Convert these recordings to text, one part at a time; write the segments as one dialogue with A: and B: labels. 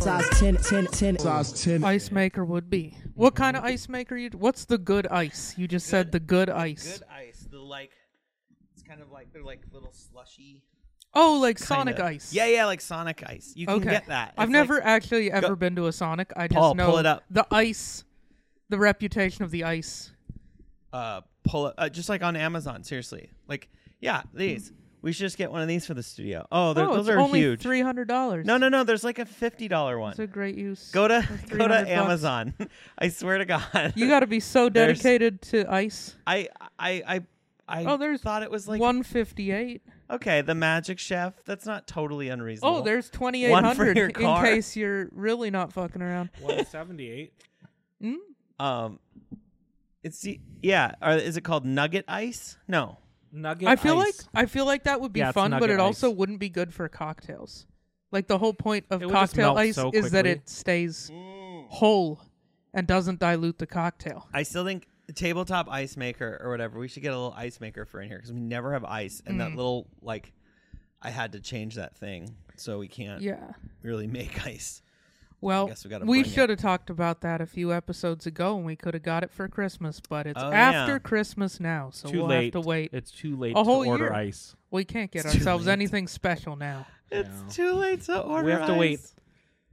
A: ten, ten, ten, size ten.
B: Ice maker would be. What kind of ice maker you what's the good ice? You just said the good ice.
C: Mm-hmm. Good ice. The like, it's kind of like they're like little slushy.
B: Oh, like Sonic
C: kinda-
B: Ice.
C: Yeah, yeah, like Sonic ice. You can
B: okay.
C: get that.
B: I've
C: It's
B: never
C: Like,
B: actually ever been to a Sonic. I just
C: Paul,
B: know
C: pull it up.
B: the ice the reputation of the ice.
C: uh, pull it uh, just like on Amazon. Seriously, like yeah, these. We should just get one of these for the studio. Oh, they're-
B: oh,
C: those
B: it's
C: are
B: only
C: huge.
B: three hundred dollars.
C: No, no, no. There's like a fifty dollar one.
B: It's a great use.
C: Go to
B: of
C: go
B: 300
C: to
B: bucks.
C: Amazon. I swear to God.
B: You got to be so
C: There's-
B: dedicated to ice.
C: I I I I
B: Oh, there's
C: thought it was like
B: One fifty eight.
C: okay, the Magic Chef. That's not totally unreasonable.
B: Oh, there's twenty eight
C: One for
B: hundred
C: your
B: in
C: car.
B: case you're really not fucking around.
D: 178.
C: um, it's the yeah. Or is it called Nugget Ice? No.
D: Nugget.
B: I feel
D: ice.
B: like I feel like that would be
D: Yeah, it's
B: fun, but
D: nugget
B: it also
D: ice.
B: wouldn't be good for cocktails. Like the whole point of
D: It would just
B: cocktail
D: melt
B: ice
D: so
B: is that
D: quickly.
B: it stays
C: Mm.
B: whole and doesn't dilute the cocktail.
C: I still think tabletop ice maker or whatever. We should get a little ice maker for in here because we never have ice, and that little like, I had to change that thing so we can't
B: Yeah.
C: really make ice.
B: Well,
C: guess we gotta
B: we
C: bring it.
B: should have talked about that a few episodes ago, and we could have got it for Christmas, but it's
C: Oh,
B: after
C: yeah.
B: Christmas now, so
D: too
B: we'll
D: late.
B: have to wait.
D: It's too late
B: A whole
D: to order
B: year.
D: ice.
B: we can't get
C: It's too
B: ourselves
C: late.
B: anything special now.
C: It's too late to order.
D: We have to
C: ice.
D: wait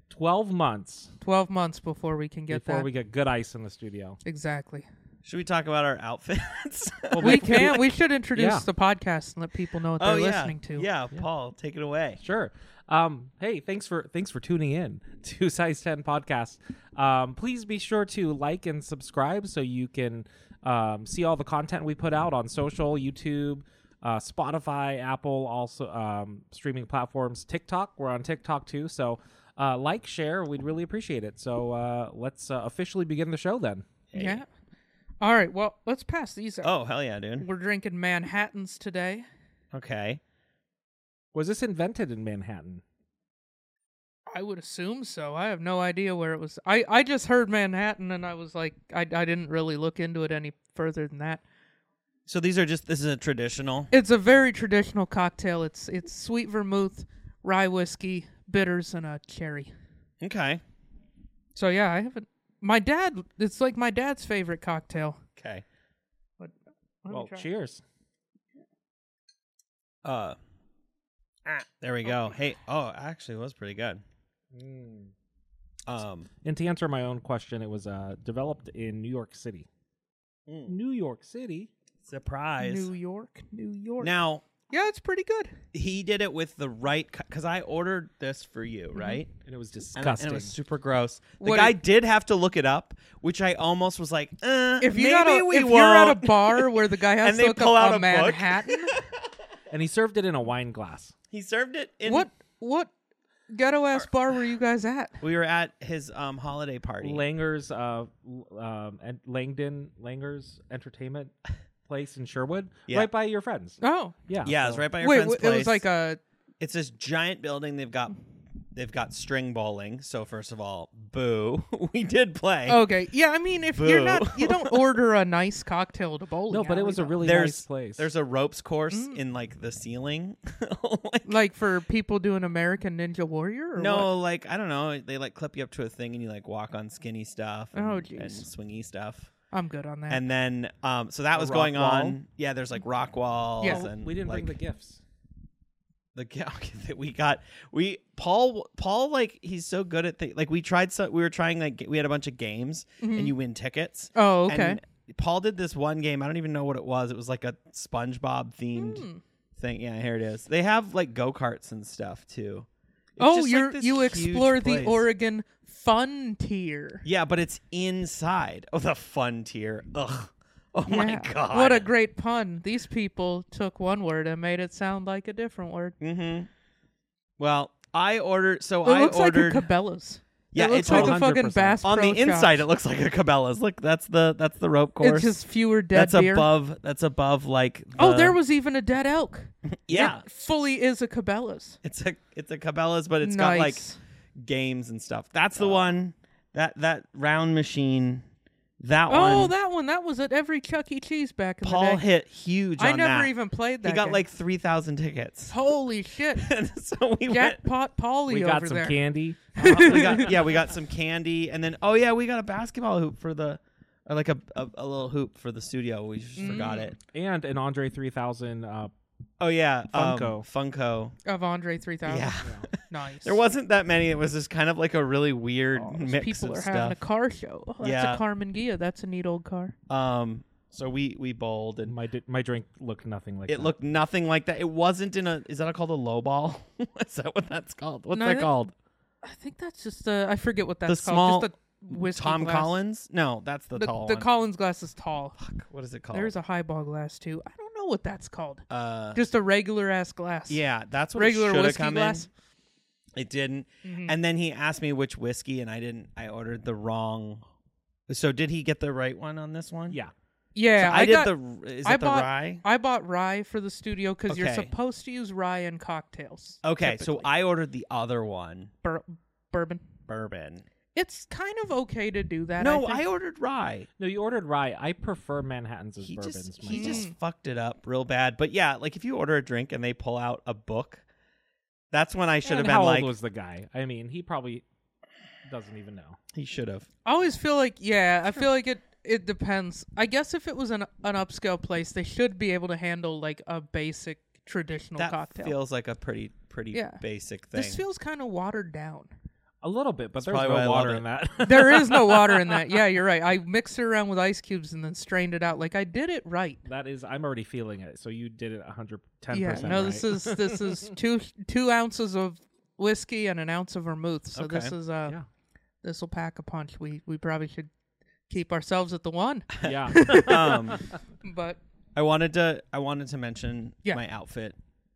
D: 12 months
B: Twelve months before we can get
D: before
B: that.
D: we get good ice in the studio.
B: exactly.
C: Should we talk about our outfits?
B: We can. We should introduce
D: Yeah.
B: the podcast and let people know what
C: oh
B: they're
C: yeah,
B: listening to.
C: yeah. Paul, take it away.
D: Sure. Um, hey, thanks for thanks for tuning in to Size Ten Podcast. Um, please be sure to like and subscribe so you can um, see all the content we put out on social, YouTube, uh, Spotify, Apple, also um, streaming platforms, TikTok. We're on TikTok too, so uh, like, share. We'd really appreciate it. So uh, let's uh, officially begin the show then.
B: Yeah. All right. Well, let's pass these out.
C: Oh hell yeah, dude.
B: We're drinking Manhattans today.
C: Okay.
D: Was this invented in Manhattan?
B: I would assume so. I have no idea where it was. I, I just heard Manhattan and I was like, I, I didn't really look into it any further than that.
C: So these are just this is a traditional.
B: It's a very traditional cocktail. It's it's sweet vermouth, rye whiskey, bitters, and a cherry.
C: Okay.
B: So yeah, I haven't. My dad. It's like my dad's favorite cocktail.
C: Okay.
B: But let me
D: well,
B: try.
D: cheers.
C: Uh ah, there we go. Hey, oh, Mm. actually it was pretty good. Um
D: And to answer my own question, it was uh, developed in New York City.
C: Mm.
D: New York City.
C: surprise.
B: New York, New York.
C: Now,
B: yeah, it's pretty good.
C: he did it with the right cuz I ordered this for
B: Mm-hmm.
C: you, right?
D: And it was
C: And, I-
D: disgusting.
C: and it was super gross. The
B: What
C: guy
B: it-
C: did have to look it up, which I almost was like, uh,
B: If you
C: maybe
B: got a,
C: we
B: if
C: won't.
B: you're at a bar where the guy has
C: And
B: to
C: they
B: look
C: pull
B: up
C: out
B: a,
C: a book.
B: Manhattan,
D: And he served it in a wine glass.
C: he served it in
B: what what ghetto ass bar were you guys at?
C: We were at his um holiday party.
D: Langer's, uh, l- um, and Langdon Langer's Entertainment Place in Sherwood,
C: Yeah.
D: right by your friends.
B: Oh,
D: Yeah,
C: yeah, it was
D: so-
C: right by your
B: wait,
C: friend's
B: wait, it was
C: place.
B: like a
C: it's this giant building they've got they've got string bowling so first of all boo we did play
B: okay, yeah. I mean, if you're
C: Boo.
B: not, you don't order a nice cocktail to bowl.
D: No, but it was a really
C: there's
D: nice place.
C: there's a ropes course
B: Mm.
C: in like the ceiling like,
B: like for people doing American Ninja Warrior. Or
C: no like i don't know they like clip you up to a thing and you like walk on skinny stuff and,
B: Oh,
C: and
B: jeez.
C: swingy stuff
B: what? I'm good on that.
C: and then um so that was
D: rock
C: going
D: wall?
C: on yeah there's like rock walls
B: Yeah.
C: and
D: we didn't
C: like,
D: bring the gifts.
C: the galley that we got we paul paul like he's so good at the like we tried so we were trying like g- we had a bunch of games and you win tickets
B: Mm-hmm. Oh, okay.
C: and paul did this one game i don't even know what it was it was like a spongebob themed
B: Hmm.
C: thing yeah here it is they have like go-karts and stuff too It's
B: oh,
C: just,
B: you
C: like,
B: are
C: this
B: you
C: huge
B: explore the
C: place.
B: Oregon Fun tier.
C: yeah but it's inside oh the fun tier ugh oh my
B: Yeah.
C: god
B: What a great pun! These people took one word and made it sound like a different word.
C: mm-hmm well i ordered so
B: It
C: i
B: looks
C: ordered
B: like a Cabela's.
C: Yeah,
B: it looks
C: it's
B: like a
D: 100%.
B: fucking Bass
C: on the
B: Pro Shop.
C: inside it looks like a cabela's look that's the that's the rope
B: It's
C: course
B: just fewer dead
C: that's
B: deer.
C: above that's above like
B: oh,
C: the-
B: there was even a dead elk.
C: Uh, yeah
B: It fully is a Cabela's.
C: it's a it's a cabela's but it's
B: It's
C: got
B: Oh.
C: like games and stuff that's the one that that round machine That one,
B: Oh, that one. That was at every Chuck E. Cheese back in
C: Paul
B: the day.
C: hit huge.
B: I
C: on
B: never
C: that.
B: even played that.
C: He got
B: game.
C: like three thousand tickets.
B: holy shit,
C: And so we went.
B: jackpot, Polly
D: We got
B: over
D: some
B: there.
D: candy.
C: we got, yeah, we got some candy, and then oh yeah, we got a basketball hoop for the, or like a a, a little hoop for the studio. We
B: Mm.
C: just forgot it.
D: and an Andre 3000. Uh,
C: Oh yeah, um,
D: Funko.
C: Funko.
B: of Andre 3000.
C: Yeah.
B: Nice.
C: There wasn't that many. It was just kind of like a really weird
B: Oh, Those
C: mix
B: people
C: of
B: are
C: stuff.
B: having a car show. Oh, that's
C: Yeah.
B: a Carmen Gia. That's a neat old car.
C: Um, so we we bowled and
D: my di- my drink looked nothing like
C: it
D: that.
C: looked nothing like that. It wasn't in a. Is that called a low ball? is that what that's called? What's
B: No,
C: that
B: that-
C: called?
B: I think that's just uh, I forget what that's
C: small-
B: called. Just a whiskey
C: Tom
B: glass.
C: Collins? No, that's the,
B: The,
C: tall
B: the
C: one.
B: Collins glass is tall.
C: what is it called?
B: There's a highball glass too. I don't know what that's called.
C: uh,
B: Just a regular ass glass.
C: yeah, that's what
B: Regular
C: it should have
B: whiskey
C: come
B: glass. Mm-hmm.
C: in. It didn't. And then he asked me which whiskey, and I didn't. I ordered the wrong. So did he get the right one on this one?
D: Yeah.
B: Yeah,
C: I, did
B: got,
C: the. Is
B: I
C: it the
B: bought
C: rye?
B: I bought rye for the studio because you're
C: Okay.
B: supposed to use rye in cocktails.
C: Okay, so
B: typically.
C: I ordered the other one,
B: Bur- bourbon.
C: bourbon.
B: It's kind of okay to do that.
C: no,
B: I,
C: I,
B: think.
C: ordered rye.
D: No, you ordered rye. I prefer Manhattan's as
C: He
D: bourbons.
C: just he
D: myself.
C: just fucked it up real bad. But yeah, like if you order a drink and they pull out a book, that's when I should have
D: And
C: been
D: how
C: like,
D: old was the guy? I mean, he probably doesn't even know.
C: he should have.
B: I always feel like yeah. I feel like it. It depends. I guess if it was an an upscale place, they should be able to handle like a basic traditional
C: That
B: cocktail.
C: feels like a pretty pretty
B: Yeah.
C: basic thing.
B: this feels kind of watered down.
D: A little bit, but there's
C: probably why I
D: no water
C: love
D: in that.
B: There is no water in that. Yeah, you're right. I mixed it around with ice cubes and then strained it out. Like I did it right.
D: that is, I'm already feeling it. So you did it 110.
B: Yeah, no,
D: right.
B: this is this is two two ounces of whiskey and an ounce of vermouth. So
C: Okay.
B: this is uh
D: Yeah.
B: this will pack a punch. We we probably should keep ourselves at the one.
D: yeah.
C: um,
B: But
C: I wanted to I wanted to mention
B: Yeah.
C: my outfit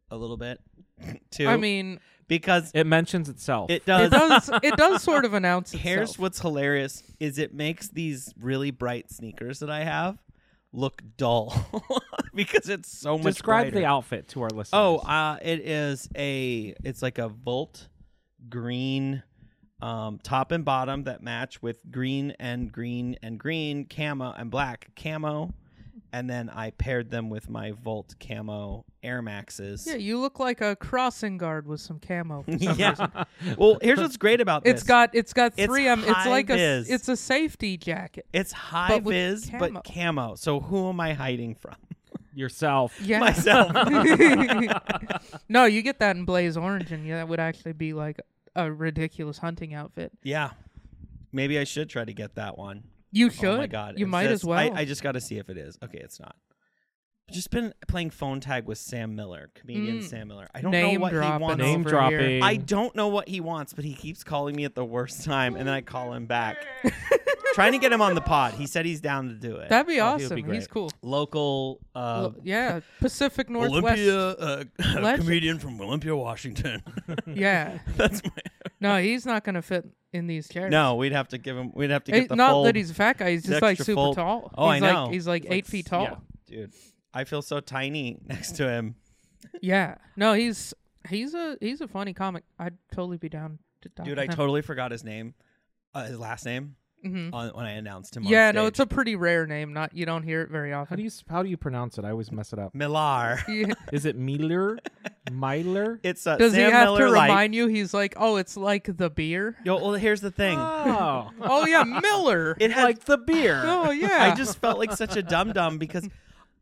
C: a little bit too.
B: I mean,
C: because
D: It mentions itself.
C: it
B: it
C: does.
B: does it does sort of announce itself.
C: Here's what's hilarious is it makes these really bright sneakers that I have look dull because it's so much
D: Describe
C: brighter.
D: the outfit to our listeners.
C: Oh, uh, it is a it's like a volt green um, top and bottom that match with green and green and green camo and black camo, and then I paired them with my volt camo Air Maxes.
B: yeah, you look like a crossing guard with some camo. for some
C: Yeah.
B: reason.
C: well, here's what's great about this.
B: It's got it's got
C: It's
B: three M. It's
C: high
B: like a
C: vis.
B: it's a safety jacket.
C: it's high
B: but with
C: viz
B: camo.
C: but camo. So who am I hiding from?
D: yourself.
B: Yeah.
C: Myself.
B: no, you get that in blaze orange, and yeah, that would actually be like a ridiculous hunting outfit.
C: yeah. Maybe I should try to get that one.
B: You should.
C: Oh my god!
B: You
C: It's
B: might
C: just-
B: as well.
C: I, I just got to see if it is. Okay, it's not. I've Just been playing phone tag with Sam Miller, comedian Sam Miller. I don't
B: Mm. name
C: know what he
B: dropping
C: wants.
D: Name
B: over
D: dropping.
B: here.
C: I don't know what he wants, but he keeps calling me at the worst time, and then I call him back, trying to get him on the pod. He said he's down to do it.
B: That'd be
D: Oh, he would
B: awesome.
D: be
B: He's
D: great.
B: cool.
C: Local uh,
B: Well, yeah, Pacific Northwest.
E: Olympia, uh,
B: Legend.
E: comedian from Olympia, Washington.
B: Yeah.
C: That's my.
B: No, he's not gonna fit in these chairs.
C: No, we'd have to give him. We'd have to get
B: Hey,
C: the
B: not
C: fold,
B: that he's a fat guy. He's
C: the
B: just like
C: extra
B: super
C: fold.
B: tall.
C: Oh,
B: he's
C: I
B: like-
C: know.
B: he's like
C: It's
B: eight feet tall. Yeah.
C: dude. I feel so tiny next to him.
B: No, he's he's a he's a funny comic. I'd totally be down to talk
C: Dude,
B: to
C: I
B: him.
C: totally forgot his name, uh, his last name,
B: Mhm.
C: on, when I announced him.
B: Yeah,
C: on
B: no,
C: stage.
B: it's a pretty rare name. Not you don't hear it very
D: How do
B: often.
D: you s- how do you pronounce it? I always mess it up.
C: Millar.
B: Yeah.
D: Is it Miller? Myler?
C: It's uh,
B: Does
C: Sam
B: he have
C: Miller
B: to
C: Lite.
B: remind you? He's like, oh, it's like the beer.
C: Yo, well, here's the thing.
D: Oh,
B: oh yeah, Miller.
C: It had.
D: like the beer.
B: oh yeah.
C: I just felt like such a dum dum because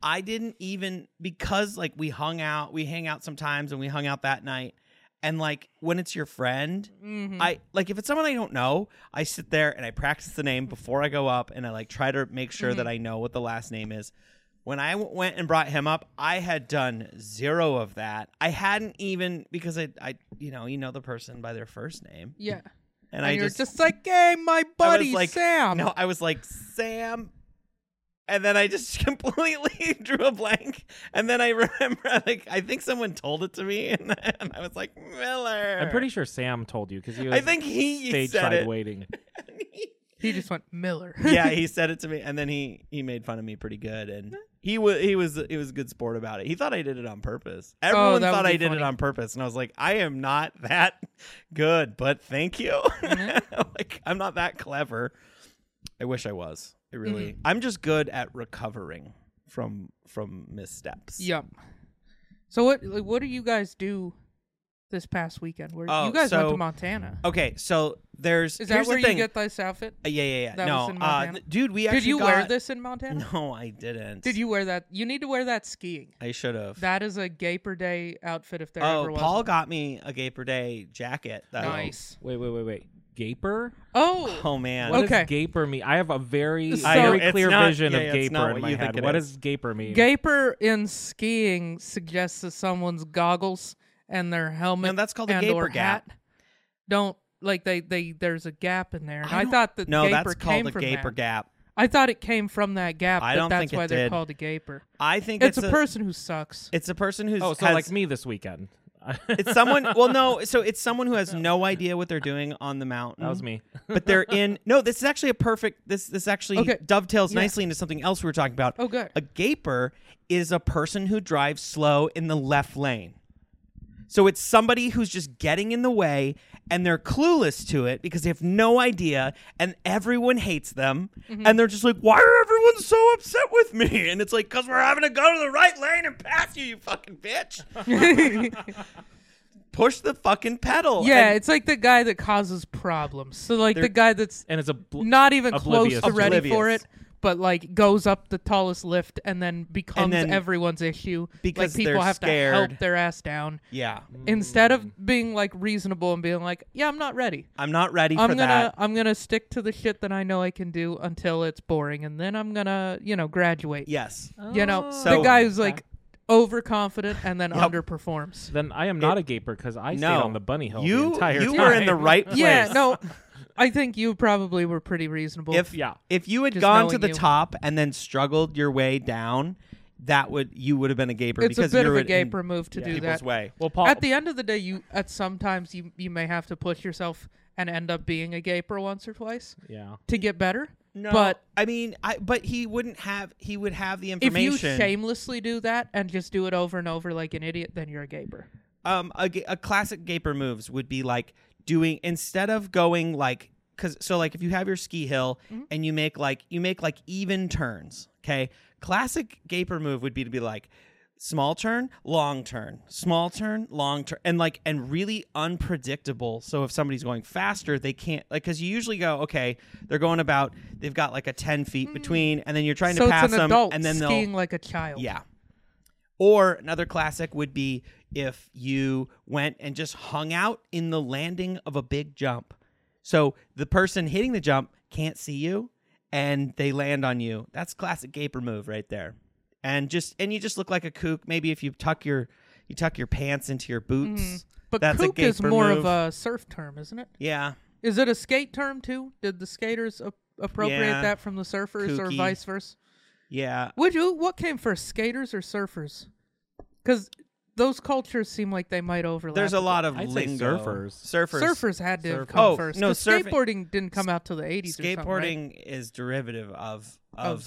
C: I didn't even because like we hung out, we hang out sometimes, and we hung out that night. And like when it's your friend,
B: Mm-hmm.
C: I like if it's someone I don't know, I sit there and I practice the name before I go up, and I like try to make sure
B: Mm-hmm.
C: that I know what the last name is. When I w- went and brought him up, I had done zero of that. I hadn't even because I, I, you know, you know the person by their first name,
B: yeah.
C: and,
B: And,
C: I
B: you're
C: just
B: just, like, hey, my
C: I was
B: buddy
C: like,
B: Sam.
C: No, I was like Sam, and then I just completely drew a blank. And then I remember, like, I think someone told it to me, and, and I was like Miller.
D: I'm pretty sure Sam told you because he was
C: I think he
D: stage
C: said
D: side
C: it.
D: waiting.
B: He just went Miller.
C: yeah, he said it to me, and then he he made fun of me pretty good, and he was he was he was a good sport about it. He thought I did it on purpose. Everyone
B: Oh, that
C: thought
B: would
C: I
B: be
C: did it
B: funny.
C: on purpose, and I was like, I am not that
B: Mm-hmm.
C: good, but thank you. like, I'm not that clever. I wish I was. It really.
B: Mm-hmm.
C: I'm just good at recovering from from missteps.
B: Yep. So what like, what do you guys do this past weekend? Where
C: Oh,
B: you guys went
C: so-
B: to Montana?
C: Okay, so there's
B: Is that
C: here's
B: where
C: the
B: you
C: thing.
B: get this outfit?
C: Uh, yeah, yeah, yeah.
B: that
C: no,
B: was in
C: uh,
B: Montana?
C: th- dude, we actually
B: Did you
C: got,
B: wear this in Montana?
C: No, I didn't.
B: Did you wear that? You need to wear that skiing.
C: I should have.
B: That is a Gaper Day outfit if there
C: Oh,
B: ever was.
C: Paul
B: one.
C: got me a Gaper Day jacket. Though.
B: nice.
D: Wait, wait, wait, wait. Gaper?
B: Oh,
C: Oh man.
D: What
B: Okay.
D: does gaper mean? I have a very,
B: So- I
C: know,
D: very
C: it's
D: clear
C: not-
D: vision
C: yeah,
D: of
C: yeah, it's
D: gaper
C: not
D: in
C: what
D: my
C: you think
D: head.
C: it
D: What
C: is.
D: does gaper mean?
B: Gaper in skiing suggests that someone's goggles and their helmet.
C: No, that's called a
B: and or
C: Gaper gap.
B: hat Don't like they they there's a gap in there. And
C: I
B: I,
C: don't-
B: thought that
C: no,
B: Gaper
C: that's
B: came
C: called a
B: from
C: Gaper
B: that.
C: Gap.
B: I thought it came from that gap.
C: I
B: that
C: don't
B: that's
C: think it
B: why they're
C: did.
B: called a Gaper.
C: I think
B: It's,
C: it's,
B: a, person who sucks.
C: It's a person who's
D: Oh, so
C: has-
D: like me this weekend. that
C: It's someone. Well, no. So it's someone who has no idea what they're doing on the mountain.
D: was me.
C: But they're in. No, this is actually a perfect. This this actually
B: Okay.
C: dovetails
B: Yeah.
C: nicely into something else we were talking about.
B: Oh, good.
C: A gaper is a person who drives slow in the left lane. So it's somebody who's just getting in the way and they're clueless to it because they have no idea and everyone hates them
B: Mm-hmm.
C: and they're just like, why are everyone so upset with me? And it's like, because we're having to go to the right lane and pass you, you fucking bitch. Push the fucking pedal.
B: yeah,
C: And-
B: it's like the guy that causes problems. So like the
C: They're-
B: guy that's
D: And it's a bl-
B: not even
D: Oblivious.
B: close to ready for
C: Oblivious.
B: it, but like goes up the tallest lift and then becomes
C: then-
B: everyone's issue
C: because
B: like people
C: they're
B: have to
C: scared.
B: help their ass down
C: yeah.
B: instead of being like reasonable and being like, yeah, I'm not ready.
C: I'm not ready
B: I'm
C: for
B: gonna
C: that.
B: I'm gonna stick to the shit that I know I can do until it's boring, and then I'm gonna you know graduate.
C: Yes.
B: You know
C: So-
B: the guy who's like overconfident and then
C: Oh, Yep.
B: underperforms.
D: Then I am not a gaper because I stayed
C: No.
D: on the bunny hill
C: You-
D: the entire
C: you
D: time.
C: were in the right place.
B: Yeah, no, I think you probably were pretty reasonable.
C: if
D: Yeah.
C: if you had
B: Just
C: gone to
B: knowing
C: the
B: you.
C: top and then struggled your way down, that would you would have been a gaper
B: it's a
C: because
B: bit
C: you're
B: of a
C: in
B: gaper move to do
C: people's
B: that.
C: way.
D: Well, Paul,
B: At the end of the day, you at sometimes you you may have to push yourself and end up being a gaper once or twice
D: yeah.
B: to get better. but
C: I mean, I but he wouldn't have he would have the
B: if you
C: information.
B: shamelessly do that and just do it over and over like an idiot, then you're a gaper.
C: um, a, ga- a classic gaper moves would be like doing instead of going like because so like if you have your ski hill
B: Mm-hmm.
C: and you make like you make like even turns okay classic gaper move would be to be like small turn long turn small turn long turn and like and really unpredictable so if somebody's going faster they can't like because you usually go okay they're going about they've got like a 10 feet between and then you're trying
B: Mm. So
C: to
B: it's
C: pass
B: an
C: them
B: adult
C: and then they'll
B: skiing like a child.
C: yeah. Or another classic would be if you went and just hung out in the landing of a big jump. So the person hitting the jump can't see you and they land on you. That's classic gaper move right there. And just and you just look like a kook. Maybe if you tuck your you tuck your pants into your boots.
B: Hmm. But
C: that's a
B: kook is
C: gaper
B: more
C: move.
B: of a surf term, isn't it?
C: Yeah.
B: Is it a skate term too? Did the skaters ap- appropriate
C: Yeah.
B: that from the surfers or
C: Kooky.
B: vice versa?
C: Yeah.
B: Would you? What came first, skaters or surfers? Because those cultures seem like they might overlap.
C: There's a lot of
D: I'd say
C: lingo.
D: surfers.
C: Surfers.
B: Surfers had to
D: Surfers.
B: have come
C: Oh,
B: first.
C: no,
B: 'cause
C: surfing-
B: skateboarding didn't come out till the 80s. or something, right?
C: Skateboarding is derivative of
B: Of-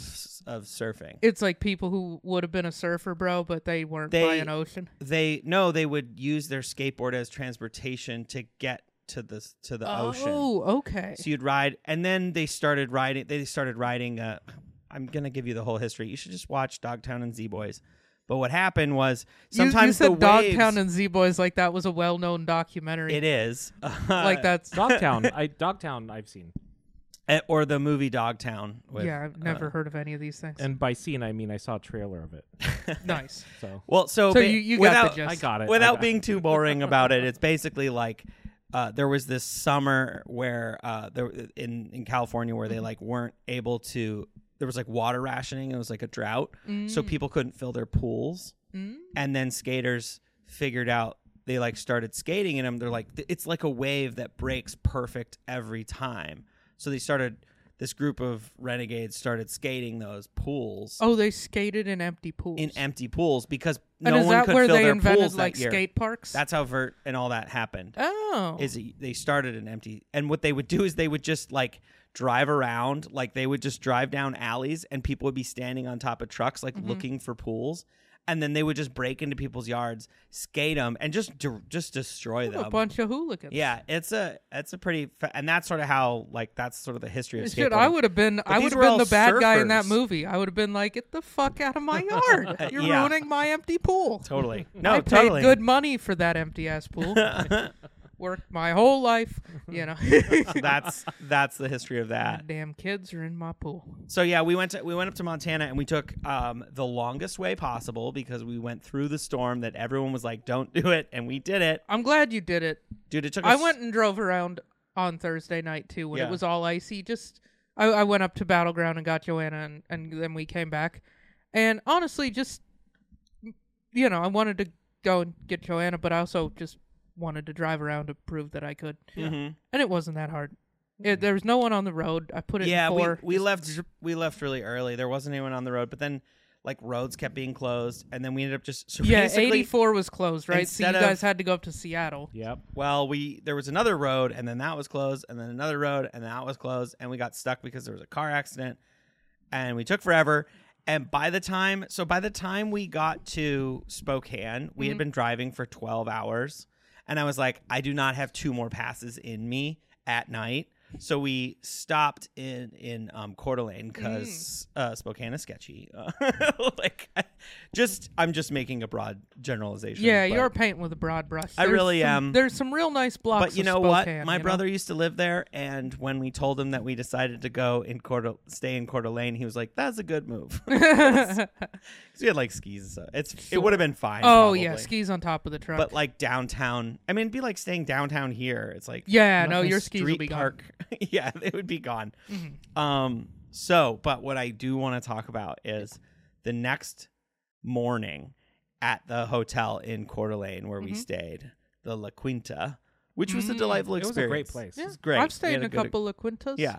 C: of of surfing.
B: It's like people who would have been a surfer, bro, but they weren't
C: They-
B: by an ocean.
C: they no they would use their skateboard as transportation to get to the to the ocean
B: Oh, okay.
C: so you'd ride and then they started riding they started riding uh i'm gonna give you the whole history you should just watch dogtown and z-boys but what happened was
B: You- you,
C: sometimes
B: said
C: the waves,
B: Dogtown and Z Boys like that was a well-known documentary.
C: it is
B: Like that's
D: Dogtown. I Dogtown. I've seen,
C: Eh, or the movie dogtown with, uh,
B: yeah. I've never heard of any of these things.
D: and by seen I mean I saw a trailer of it.
B: nice.
D: So
C: well so,
B: So
C: ba-
B: you- you got the
C: without,
B: gist.
D: I got it. I
C: without
D: got-
C: being too boring about it, it's basically like uh, there was this summer where uh, there in in California where
B: Mm-hmm.
C: they like weren't able to. There was like water rationing. It was like a drought, so
B: Mm.
C: people couldn't fill their pools. And then skaters figured out they like started skating in them. They're like it's like a wave that breaks perfect every time. So they started. This group of renegades started skating those pools
B: Oh, they skated in empty pools.
C: in empty pools because
B: and
C: no
B: is
C: one
B: that
C: could
B: where
C: fill
B: they
C: their
B: invented
C: pools
B: like
C: that year.
B: skate parks?
C: That's how Vert and all that happened.
B: oh,
C: Is it- they started an empty, and what they would do is they would just like drive around,
B: Mm-hmm.
C: like they would just drive down alleys, and people would be standing on top of trucks, like looking for pools, and then they would just break into people's yards, skate them, and just de- just destroy them.
B: A bunch of hooligans.
C: yeah, it's a it's a pretty fa- and that's sort of how like that's sort of the history of
B: Shit,
C: skateboarding.
B: I would have been. I
C: these
B: would have
C: were
B: been
C: all
B: the bad guy in that
C: surfers.
B: movie. I would have been like, "Get the fuck out of my yard! You're
C: yeah.
B: ruining my empty pool."
C: totally no
B: I paid
C: totally
B: good money for that empty ass pool. Worked my whole life, you know.
C: So that's that's the history of that.
B: Damn kids are in my pool.
C: So yeah, we went to we went up to Montana and we took um, the longest way possible because we went through the storm that everyone was like, "Don't do it," and we did it,
B: I'm glad you did it.
C: dude. It took.
B: I
C: us-
B: went and drove around on Thursday night too when
C: Yeah.
B: it was all icy. Just I, I went up to Battleground and got Joanna, and, and then we came back. And honestly, just you know, I wanted to go and get Joanna, but I also just wanted to drive around to prove that I could.
C: Mm-hmm.
B: And it wasn't that hard. It, there was no one on the road. I put it
C: Yeah,
B: in
C: we,
B: four.
C: we left we left really early. There wasn't anyone on the road, but then like roads kept being closed, and then we ended up just so
B: yeah,
C: basically-
B: eighty four was closed, right? So you
C: instead of-
B: guys had to go up to Seattle.
D: Yep.
C: Well, we there was another road, and then that was closed, and then another road, and that was closed, and we got stuck because there was a car accident, and we took forever. And by the time, so by the time we got to Spokane, we
B: Mm-hmm.
C: had been driving for twelve hours, and I was like, I do not have two more passes in me at night. So we stopped in in um, Coeur d'Alene because
B: Mm.
C: uh, Spokane is sketchy. like, I, just I'm just making a broad generalization.
B: Yeah,
C: but-
B: you're painting with a broad brush.
C: I
B: There's
C: really
B: some-
C: am.
B: There's some real nice blocks.
C: But you
B: of
C: know
B: Spokane,
C: what? My
B: you know?
C: brother used to live there, and when we told him that we decided to go in Coeur d'Al- stay in Coeur d'Alene, he was like, "That's a good move." 'Cause we had like skis, and stuff. it's it would have been fine.
B: Oh yeah,
C: probably.
B: skis on top of the truck.
C: But like downtown, I mean, it'd be like staying downtown here. It's like
B: Yeah,
C: I'm not
B: no,
C: gonna
B: your skis will
C: street
B: be gone. Mm-hmm.
C: park. yeah, they would be gone. Um. So, but what I do want to talk about is the next morning at the hotel in Coeur d'Alene where we
B: Mm-hmm.
C: stayed, the La Quinta, which was a
B: Mm,
C: delightful
D: It was
C: experience.
D: a great place.
B: yeah,
C: It's great.
B: I've
C: We
B: stayed
C: had
B: in a
C: good-
B: couple of Quintas.
C: Yeah.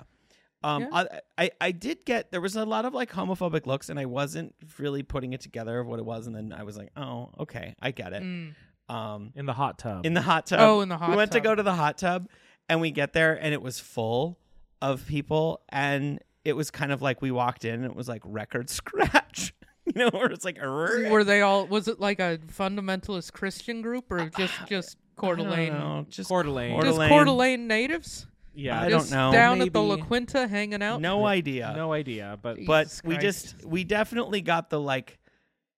C: Um,
B: Yeah.
C: I, I I did get there was a lot of like homophobic looks and I wasn't really putting it together of what it was and then I was like oh okay I get it um
D: In the hot tub.
C: in the hot tub
B: Mm. Oh, in the hot
C: we went to
B: tub.
C: go to the hot tub and we get there and it was full of people and it was kind of like we walked in and it was like record scratch you know where it's like
B: Were they all? Was it like a fundamentalist Christian group or just just Coeur d'Alene?
C: no just
D: Coeur d'Alene.
C: Coeur
B: Just
C: d'Alene.
B: Coeur d'Alene natives?
D: yeah.
C: I don't
B: just
C: know.
B: Down at the La
D: Maybe-
B: Quinta, hanging out.
C: no idea
D: No idea, but
B: Jeez.
C: but
B: Jesus
C: we
B: Christ.
C: just we definitely got the like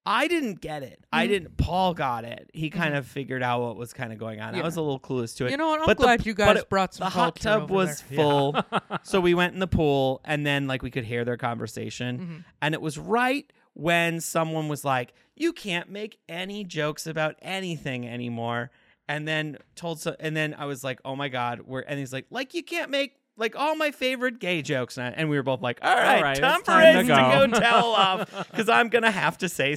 C: i didn't get it i
B: Mm.
C: didn't paul got it he kind of figured out what was kind of going on i
B: Mm-hmm. Yeah.
C: was a little clueless to it
B: You know what? I'm
C: But the-
B: glad you
C: but
B: guys
C: it-
B: brought some
C: the hot
B: culture
C: tub
B: over
C: was
B: there.
C: full so we went in the pool and then like we could hear their conversation
D: Mm-hmm.
C: and it was right when someone was like you can't make any jokes about anything anymore and then told so and then i was like oh my god we're and he's like like you can't make like all my favorite gay jokes and, I- and we were both like all right,
D: right,
C: time
D: it's
C: for
D: time to
C: us to
D: go."
C: go tell off because i'm gonna have to say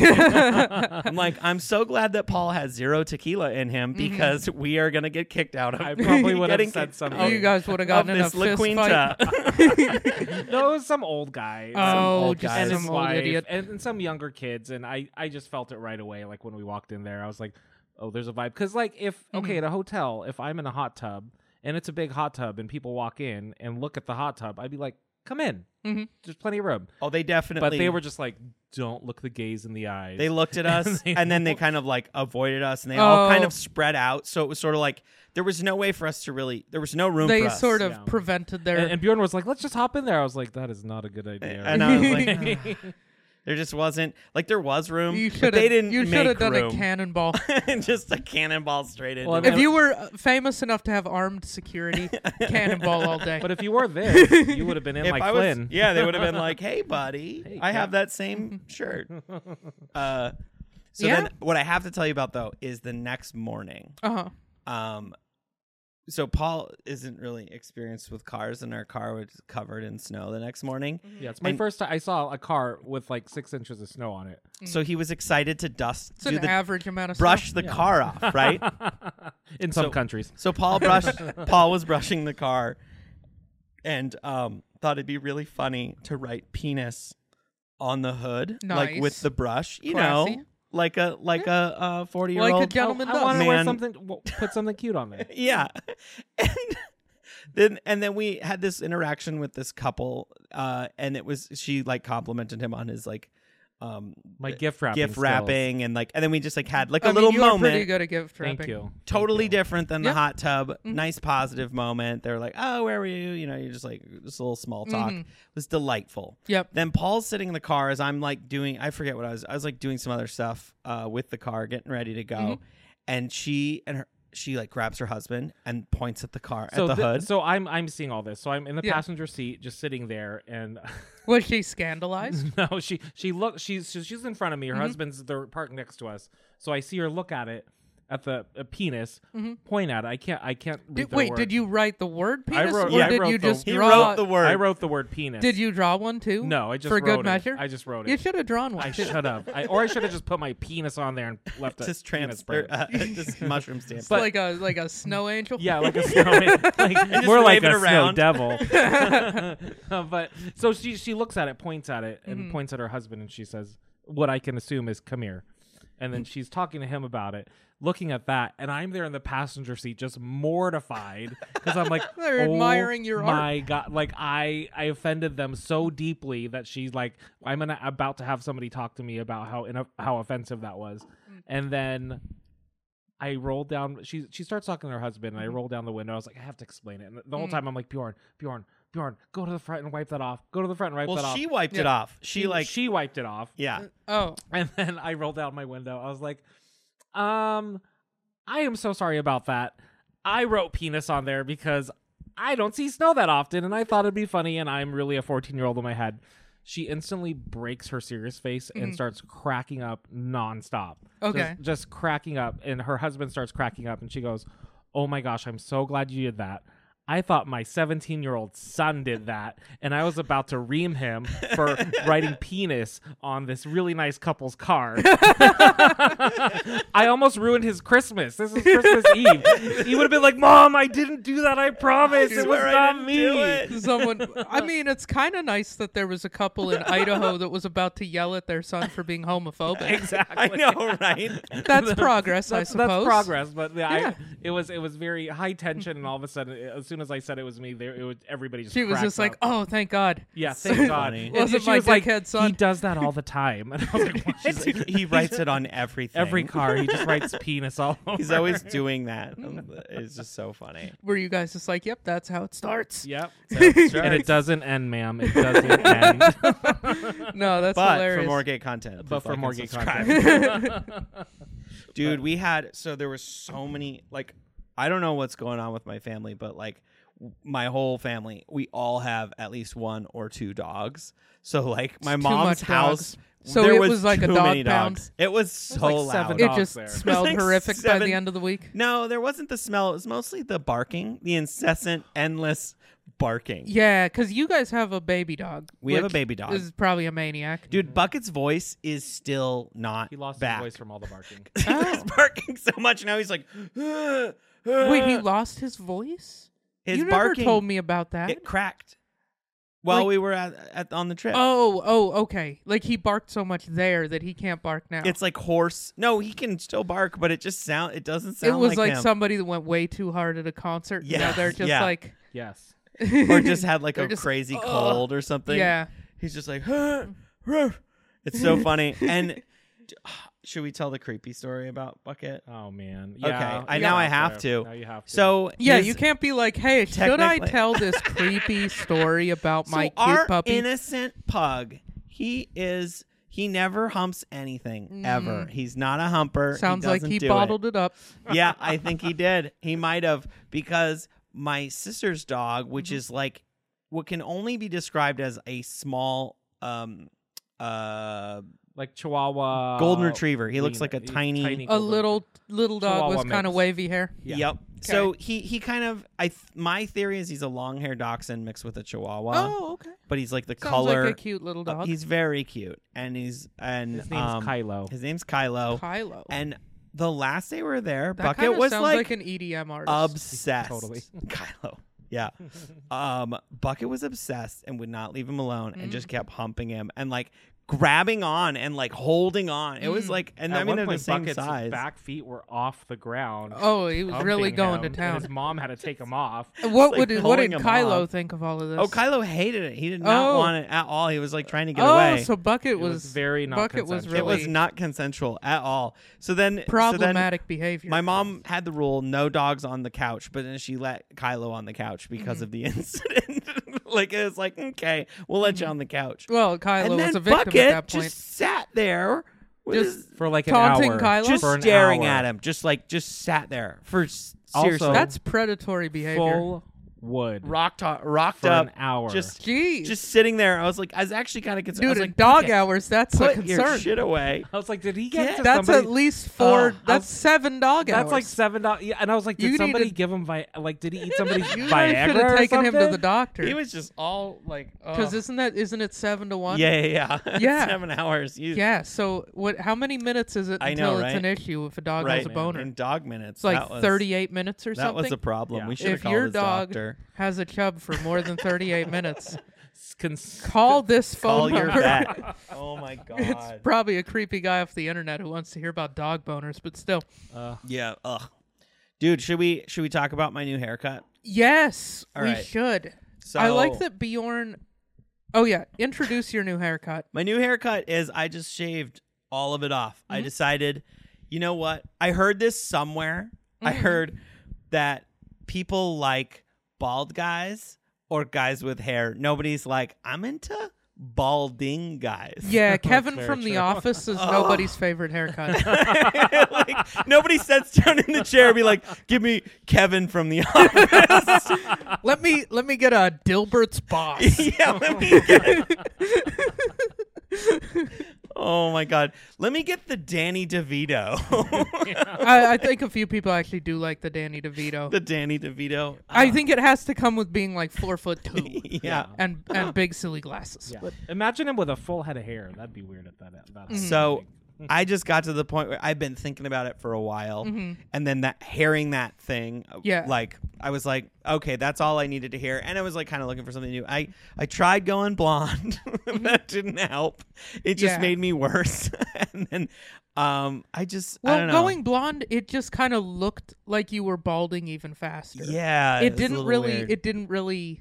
C: i'm like i'm so glad that paul has zero tequila in him because we are gonna get kicked out of
D: Mm-hmm. I probably would have
C: getting
D: said
C: kicked
D: something.
B: Oh, You guys would have
C: of
B: gotten in a
C: this La
B: fist
C: Quinta.
B: fight.
D: no, it was some old guy.
B: Oh,
D: some old
B: just
D: guy and
B: some
D: his
B: old
D: wife,
B: idiot.
D: and, and some younger kids, and I, I just felt it right away. Like when we walked in there, I was like, oh, there's a vibe. Because like if okay at a hotel, if I'm in a hot tub and it's a big hot tub, and people walk in and look at the hot tub, I'd be like, come in,
B: Mhm.
D: there's plenty of room.
C: oh, they definitely.
D: But they were just like, don't look the gays in the eyes.
C: They looked at us
D: they-
C: and then they kind of like avoided us and they all kind
B: Oh.
C: of spread out. So it was sort of like there was no way for us to really. There was no room.
B: They
C: for us.
B: sort of
D: yeah.
B: prevented their.
D: and, and Bjorn was like, let's just hop in there. I was like, that is not a good idea.
C: And I was like, there just wasn't like there was room.
B: you
C: but
B: should
C: they didn't.
B: have. You should
C: make
B: have done a
C: room.
B: cannonball.
C: just a cannonball straight in.
D: Well, I mean,
B: if you were uh, famous enough to have armed security, cannonball all day.
D: but if you were there, you would have been in
C: if
D: like
C: I was,
D: Flynn.
C: yeah, they would have been like, "Hey, buddy, I have that same shirt." Uh, so
B: Yeah.
C: then, what I have to tell you about though is the next morning.
B: uh huh.
C: Um, so Paul isn't really experienced with cars, and our car was covered in snow the next morning.
B: Mm-hmm.
D: Yeah, it's my
C: And-
D: first time I saw a car with like six inches of snow on it.
C: So he was excited to dust,
B: It's
C: do
B: an
C: the
B: average amount of stuff.
C: brush the car off, right?
D: In some
C: So-
D: countries.
C: so Paul brushed. Paul was brushing the car, and um, thought it'd be really funny to write penis on the hood, like
B: Nice.
C: with the brush, you
B: Classy.
C: know, like a like a uh, forty year
B: Like a
C: old
B: gentleman
D: I
B: does.
D: want to wear
C: Man.
D: something. w- Put something cute on there.
C: yeah and then and then we had this interaction with this couple uh and it was she like complimented him on his like um
D: My gift wrapping.
C: gift
D: skills.
C: wrapping and like and then we just like had like
B: I
C: a
B: mean,
C: little
B: you were
C: moment
B: pretty good at gift wrapping.
D: Thank you.
C: totally different than the
B: Yeah. Mm-hmm.
C: hot tub. Nice positive moment. They were like, "Oh, where were you?" You know, you're just like just a little small talk.
B: Mm-hmm.
C: It was delightful.
B: Yep.
C: Then Paul's sitting in the car as I'm like doing I forget what I was I was like doing some other stuff uh, with the car, getting ready to go, and she and her she like grabs her husband and points at the car
D: So,
C: at the
D: thi-
C: hood.
D: so I'm I'm seeing all this. So I'm in the
B: Yeah.
D: passenger seat, just sitting there, and
B: Was she scandalized?
D: No, she she look she's so she's in front of me.
B: Mm-hmm.
D: Her husband's they're parked next to us, so I see her look at it at the a penis, point at it. I can't I can't. Read
B: Mm-hmm. Did,
D: their
B: wait,
D: words.
B: did you write the word
D: I
B: penis,
D: wrote-
B: or
D: yeah, I
B: did
D: wrote
B: you
D: the-
B: just
C: he
B: draw?
C: wrote the word.
D: I wrote the word penis.
B: Did you draw one too?
D: No, I just
B: for
D: wrote
B: good
D: it.
B: measure.
D: I just wrote
B: You
D: it.
B: should have drawn one.
D: I
B: too.
D: should have. I, or I should have just put my penis on there and left it.
C: just transfer uh, just mushroom stamp.
D: But-
B: like a like a snow angel.
D: Yeah, like a snow, like, more like
C: wave it
D: a snow
C: around.
D: devil. Uh, but so she she looks at it, points at it, and
B: Mm-hmm.
D: points at her husband, and she says, "What I can assume is come here." And then she's talking to him about it, looking at that, and I'm there in the passenger seat, just mortified because I'm like,
B: They're
D: "Oh
B: admiring your art."
D: my god!" Like I I offended them so deeply that she's like, "I'm gonna, about to have somebody talk to me about how in how offensive that was,"
B: Mm.
D: and then I rolled down. She she starts talking to her husband, and I rolled down the window. I was like, I have to explain it. And the whole time, I'm like, Bjorn, Bjorn, Bjorn, go to the front and wipe that off. Go to the front and wipe that
C: well,
D: off.
C: she wiped it
B: Yeah.
C: off. She like
D: she wiped it off.
C: yeah.
B: Oh,
D: And then I rolled down my window. I was like, um, I am so sorry about that. I wrote penis on there because I don't see snow that often, and I thought it'd be funny. And I'm really a 14 year old in my head. She instantly breaks her serious face and starts cracking up nonstop.
B: Okay.
D: Just, just cracking up. And her husband starts cracking up, and she goes, Oh my gosh, I'm so glad you did that. I thought my 17 year old son did that, and I was about to ream him for writing penis on this really nice couple's car. I almost ruined his Christmas. This is Christmas Eve. He would have been like, Mom, I didn't do that. I promise. It was
C: Swear I
D: not
C: didn't
D: me.
C: do it.
B: someone. I mean, it's kind of nice that there was a couple in Idaho that was about to yell at their son for being homophobic.
D: Exactly.
C: I know, right?
B: That's progress, I
D: That's,
B: suppose.
D: that's progress, but yeah,
B: Yeah.
D: I, it was it was very high tension, and all of a sudden, uh, as soon as I said it was me, there it was everybody just.
B: She was
D: cracked
B: just like,
D: up.
B: "Oh, thank God."
D: Yeah, thank God.
C: funny.
D: And
B: Wasn't
D: she
B: my
D: was like,
B: dickhead son.
D: He does that all the time. And I was like, what?
C: She's like, he writes it on everything.
D: Every car, he just writes penis all over.
C: He's always doing that. It's just so funny.
B: Were you guys just like, "Yep, that's how it starts"?
D: Yep. And
C: Sorry.
D: it doesn't end, ma'am. It doesn't end.
B: No, that's
C: but
B: hilarious.
C: for more gay content.
D: but
C: please like
D: for
C: and
D: more gay
C: subscribe.
D: content.
C: Dude, we had so there were so many like I don't know what's going on with my family, but like w- my whole family, we all have at least one or two dogs. So like my
B: too
C: mom's
B: much
C: house,
B: dogs. So
C: there
B: it was like a
C: too
B: dog
C: many
B: pound.
C: dogs. It was so
D: like seven
C: loud.
B: it
D: dogs
B: just
D: there.
B: smelled
C: Like
B: horrific by
C: seven-
B: the end of the week.
C: no, there wasn't the smell. It was mostly the barking, the incessant, endless barking.
B: Yeah, because you guys have a baby dog.
C: We have a
B: which
C: baby dog.
B: Is probably a maniac.
C: Dude, Bucket's voice is still not
D: he lost
C: back.
D: his voice from all the barking.
C: he was barking so much now he's like
B: Oh. Wait,
C: wait
B: he lost his voice.
C: his
B: you never
C: barking
B: told me about that.
C: it cracked while
B: Like-
C: we were at, at on the trip
B: oh, oh, okay. Like he barked so much there that he can't bark now.
C: it's like hoarse no he can still bark but it just sound it doesn't
B: it
C: sound
B: was
C: like,
B: like
C: him.
B: somebody that went way too hard at a concert. Yeah,
C: Yeah,
B: they're just
C: yeah.
B: like,
D: Yes.
C: or just had like
B: They're
C: a
B: just,
C: crazy
B: "Ugh."
C: cold or something
B: yeah.
C: he's just like it's so funny and should we tell the creepy story about bucket
D: Oh man.
C: Okay,
D: Yeah.
C: I-
D: Yeah.
C: now I have to.
D: Now you have to.
C: so
B: Yeah,
C: his-
B: you can't be like, hey, should I
C: Technically-
B: tell this creepy story about my
C: so our
B: cute puppy?
C: innocent pug he is he never humps anything ever he's not a humper
B: Mm-hmm. Sounds like
C: doesn't
B: he
C: do it.
B: bottled it, up.
C: yeah, I think he did. He might have because my sister's dog, which
B: Mm-hmm.
C: is like what can only be described as a small um uh
D: like Chihuahua,
C: golden
B: Uh,
C: retriever. He looks like a
D: he-
C: tiny- A
B: A
D: golden
B: little little dog
D: Chihuahua
B: with kind of
D: mix.
B: wavy hair.
D: Yeah.
C: yep. So he he kind of I th- my theory is he's a long-haired dachshund mixed with a chihuahua,
B: oh, okay.
C: but he's like the
B: Sounds
C: color
B: like a cute little
C: uh,
B: dog.
C: he's very cute and he's and
D: His name's
C: um,
D: Kylo.
C: His name's Kylo.
B: Kylo.
C: And the last day we were there,
B: that
C: Bucket
B: kinda
C: was
B: sounds
C: like
B: like, an EDM artist.
C: obsessed.
D: Totally.
C: Kylo. Yeah.
B: Mm.
C: Um, Bucket was obsessed and would not leave him alone and just kept humping him and like grabbing on and like holding on. It
B: Mm.
C: was like, and
D: At
C: I
D: one
C: mean, they're the
D: point,
C: same
D: Bucket's
C: size.
D: back feet were off the ground.
B: Oh, he was really
D: pumping
B: going
D: him,
B: to
D: and
B: town.
D: His mom had to take him off.
B: What
C: like
B: would what
C: pulling
B: did
C: him
B: Kylo
C: off.
B: think of all of this?
C: Oh, Kylo hated it. He did not
B: Oh.
C: want it at all. He was like trying to get
B: oh,
C: away.
B: so Bucket
D: was very not
B: Bucket was
D: consensual.
B: really
C: it was not consensual at all. So then, So then
B: problematic behavior.
C: my mom had the rule no dogs on the couch, but then she let Kylo on the couch because of the incident. like it was like okay, we'll let you on the couch.
B: well,
C: and
B: Kylo
C: then
B: was a victim
C: Bucket
B: at that point.
C: just sat there, with
B: Just
C: his-
D: for like an
B: Taunting
D: hour.
B: Kylo?
C: just
D: for an
C: staring
D: hour.
C: at him, just like just sat there for s-
D: Also-
C: seriously.
B: That's predatory behavior.
D: Full wood.
C: rocked o- rocked
D: For
C: up
D: an hour.
C: Just
B: Jeez,
C: just sitting there. I was like, I was actually kind of concerned. I
B: dude,
C: was
B: in
C: like,
B: dog
C: "Bucket,
B: hours, that's a
C: Put your
B: concern.
C: shit Uh, away.
D: I was like, did he get
C: Yeah.
D: to
B: that's
D: somebody?
B: at least four.
C: Ugh,
B: that's seven dog
D: that's
B: hours.
D: like seven dollars. Yeah, and I was like,
B: You
D: did
B: need
D: somebody
B: to-
D: give him vi- like? Did he eat somebody's
B: you
D: Viagra
B: should have
D: or
B: taken him to
D: something?
B: the doctor.
C: He was just all like,
B: Because
C: ugh.
B: isn't that isn't it seven to one?
C: yeah, yeah, yeah.
B: Yeah.
C: seven hours. You,
B: Yeah. So what? How many minutes is it
C: I
B: until
C: know,
B: it's an
C: right?
B: issue if a dog
C: right.
B: has a boner?
C: in dog minutes.
B: it's like
C: that was,
B: thirty-eight minutes or
C: That
B: something.
C: was a problem.
D: Yeah.
C: We should have
B: if
C: called
B: your
C: his
B: dog
C: doctor.
B: has a chub for more than thirty-eight minutes,
D: Cons-
B: call this
C: Call
B: phone
C: your
B: number.
C: vet. oh my god.
B: It's probably a creepy guy off the internet who wants to hear about dog boners, but still.
C: yeah. Ugh. Dude, should we should we talk about my new haircut?
B: Yes,
C: All
B: we
C: right.
B: should.
C: So
B: I like that Bjorn. Oh yeah, introduce your new haircut.
C: My new haircut is I just shaved all of it off.
B: Mm-hmm.
C: I decided, you know what? I heard this somewhere. I
B: Mm-hmm.
C: heard that people like bald guys or guys with hair. Nobody's like, I'm into balding guys.
B: Yeah, Kevin from The Office is
C: Oh.
B: nobody's favorite haircut.
C: like nobody sits down in the chair and be like, give me Kevin from the office.
B: let me let me get a Dilbert's boss.
C: yeah, let me get Oh my god. Let me get the Danny DeVito.
B: I, I think a few people actually do like the Danny DeVito.
C: the Danny DeVito.
B: I think it has to come with being like four foot two
C: yeah.
B: and and big silly glasses.
D: Yeah. Imagine him with a full head of hair. That'd be weird at that.
B: Mm-hmm.
D: At that
C: So I just got to the point where I've been thinking about it for a while, and then that hearing that thing, uh,
B: Mm-hmm. Yeah.
C: like I was like, okay, that's all I needed to hear, and I was like, kind of looking for something new. I I tried going blonde, that didn't help. It just
B: Mm-hmm. Yeah.
C: made me worse, and then um, I just I
B: Well,
C: don't know.
B: going blonde, it just kind of looked like you were balding even faster.
C: yeah,
B: it
C: was a
B: didn't
C: little
B: really
C: weird,
B: it didn't really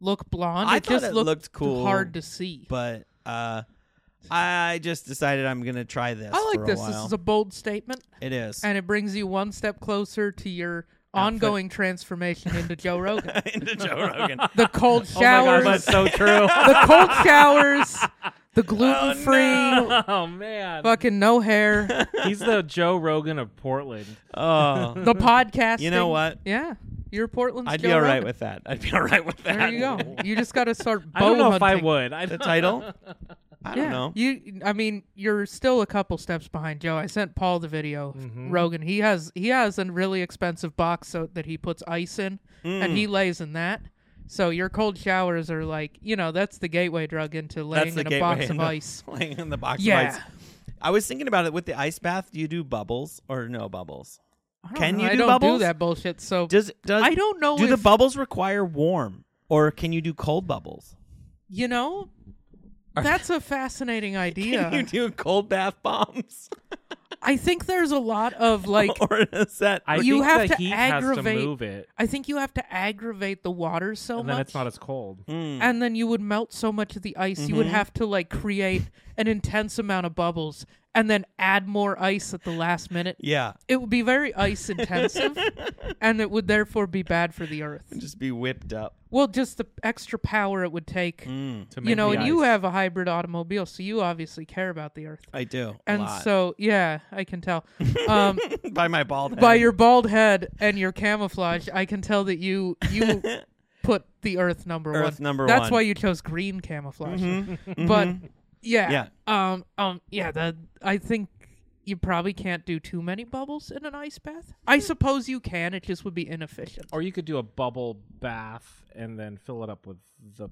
B: look blonde.
C: I
B: it
C: thought
B: just
C: it
B: looked,
C: looked cool,
B: hard to see.
C: but uh, I just decided I'm gonna try this.
B: I
C: for
B: like
C: a
B: this. This
C: while.
B: is a bold statement,
C: it is.
B: and it brings you one step closer to your ongoing transformation into Joe Rogan.
C: Into Joe Rogan.
B: The cold
D: oh my gosh,
B: showers,
D: that's so true.
B: the cold showers, the gluten free,
D: oh man,
B: fucking no hair,
D: he's the Joe Rogan of Portland.
C: Oh,
B: the podcast.
C: You know what?
B: Yeah, you're Portland's
C: I'd
B: Joe
C: be all
B: Rogan.
C: right with that. I'd be all right with that.
B: There you go. You just got to start.
D: I don't
B: bow
D: know if I
B: hunting.
D: would. I
C: the
D: don't,
C: title? I don't
B: yeah.
C: know.
B: You I mean, you're still a couple steps behind Joe. I sent Paul the video of
C: Mm-hmm.
B: Rogan. He has he has a really expensive box so that he puts ice in and
C: Mm.
B: he lays in that. So your cold showers are like, you know, that's the gateway drug into laying in a box of
C: in the-
B: ice.
C: Laying in the box
B: Yeah.
C: of ice. I was thinking about it with the ice bath. Do you do bubbles or no bubbles?
B: I don't
C: Can
B: know.
C: you
B: I
C: do
B: not
C: bubbles?
B: do that bullshit. So
C: Does does
B: I don't know
C: Do the
B: if-
C: bubbles require warm or can you do cold bubbles?
B: you know, that's a fascinating idea.
C: Can you do cold bath bombs
B: I think there's a lot of like
C: or is that
D: I
B: You
D: think
B: have
D: the
B: to
D: heat has
B: aggravate-
D: to move it,
B: I think you have to aggravate the water so
D: and
B: much.
D: then it's not as cold.
C: Mm. Mm-hmm.
B: and then you would melt so much of the ice you would have to like create an intense amount of bubbles and then add more ice at the last minute
C: yeah?
B: it would be very ice intensive and it would therefore be bad for the earth
C: Just be whipped up.
B: well just the extra power it would take
C: Mm.
D: To make
B: you know
D: the
B: and you
D: ice.
B: have a hybrid automobile so you obviously care about the earth
C: I do. a
B: and
C: lot.
B: so yeah i can tell um
C: by my bald head.
B: by your bald head and your camouflage i can tell that you you put the earth number one
C: Earth number
B: that's
C: one. Mm-hmm.
B: why you chose green camouflage but yeah um um yeah the i think you probably can't do too many bubbles in an ice bath
C: Mm.
B: i suppose you can it just would be inefficient
D: or you could do a bubble bath and then fill it up with the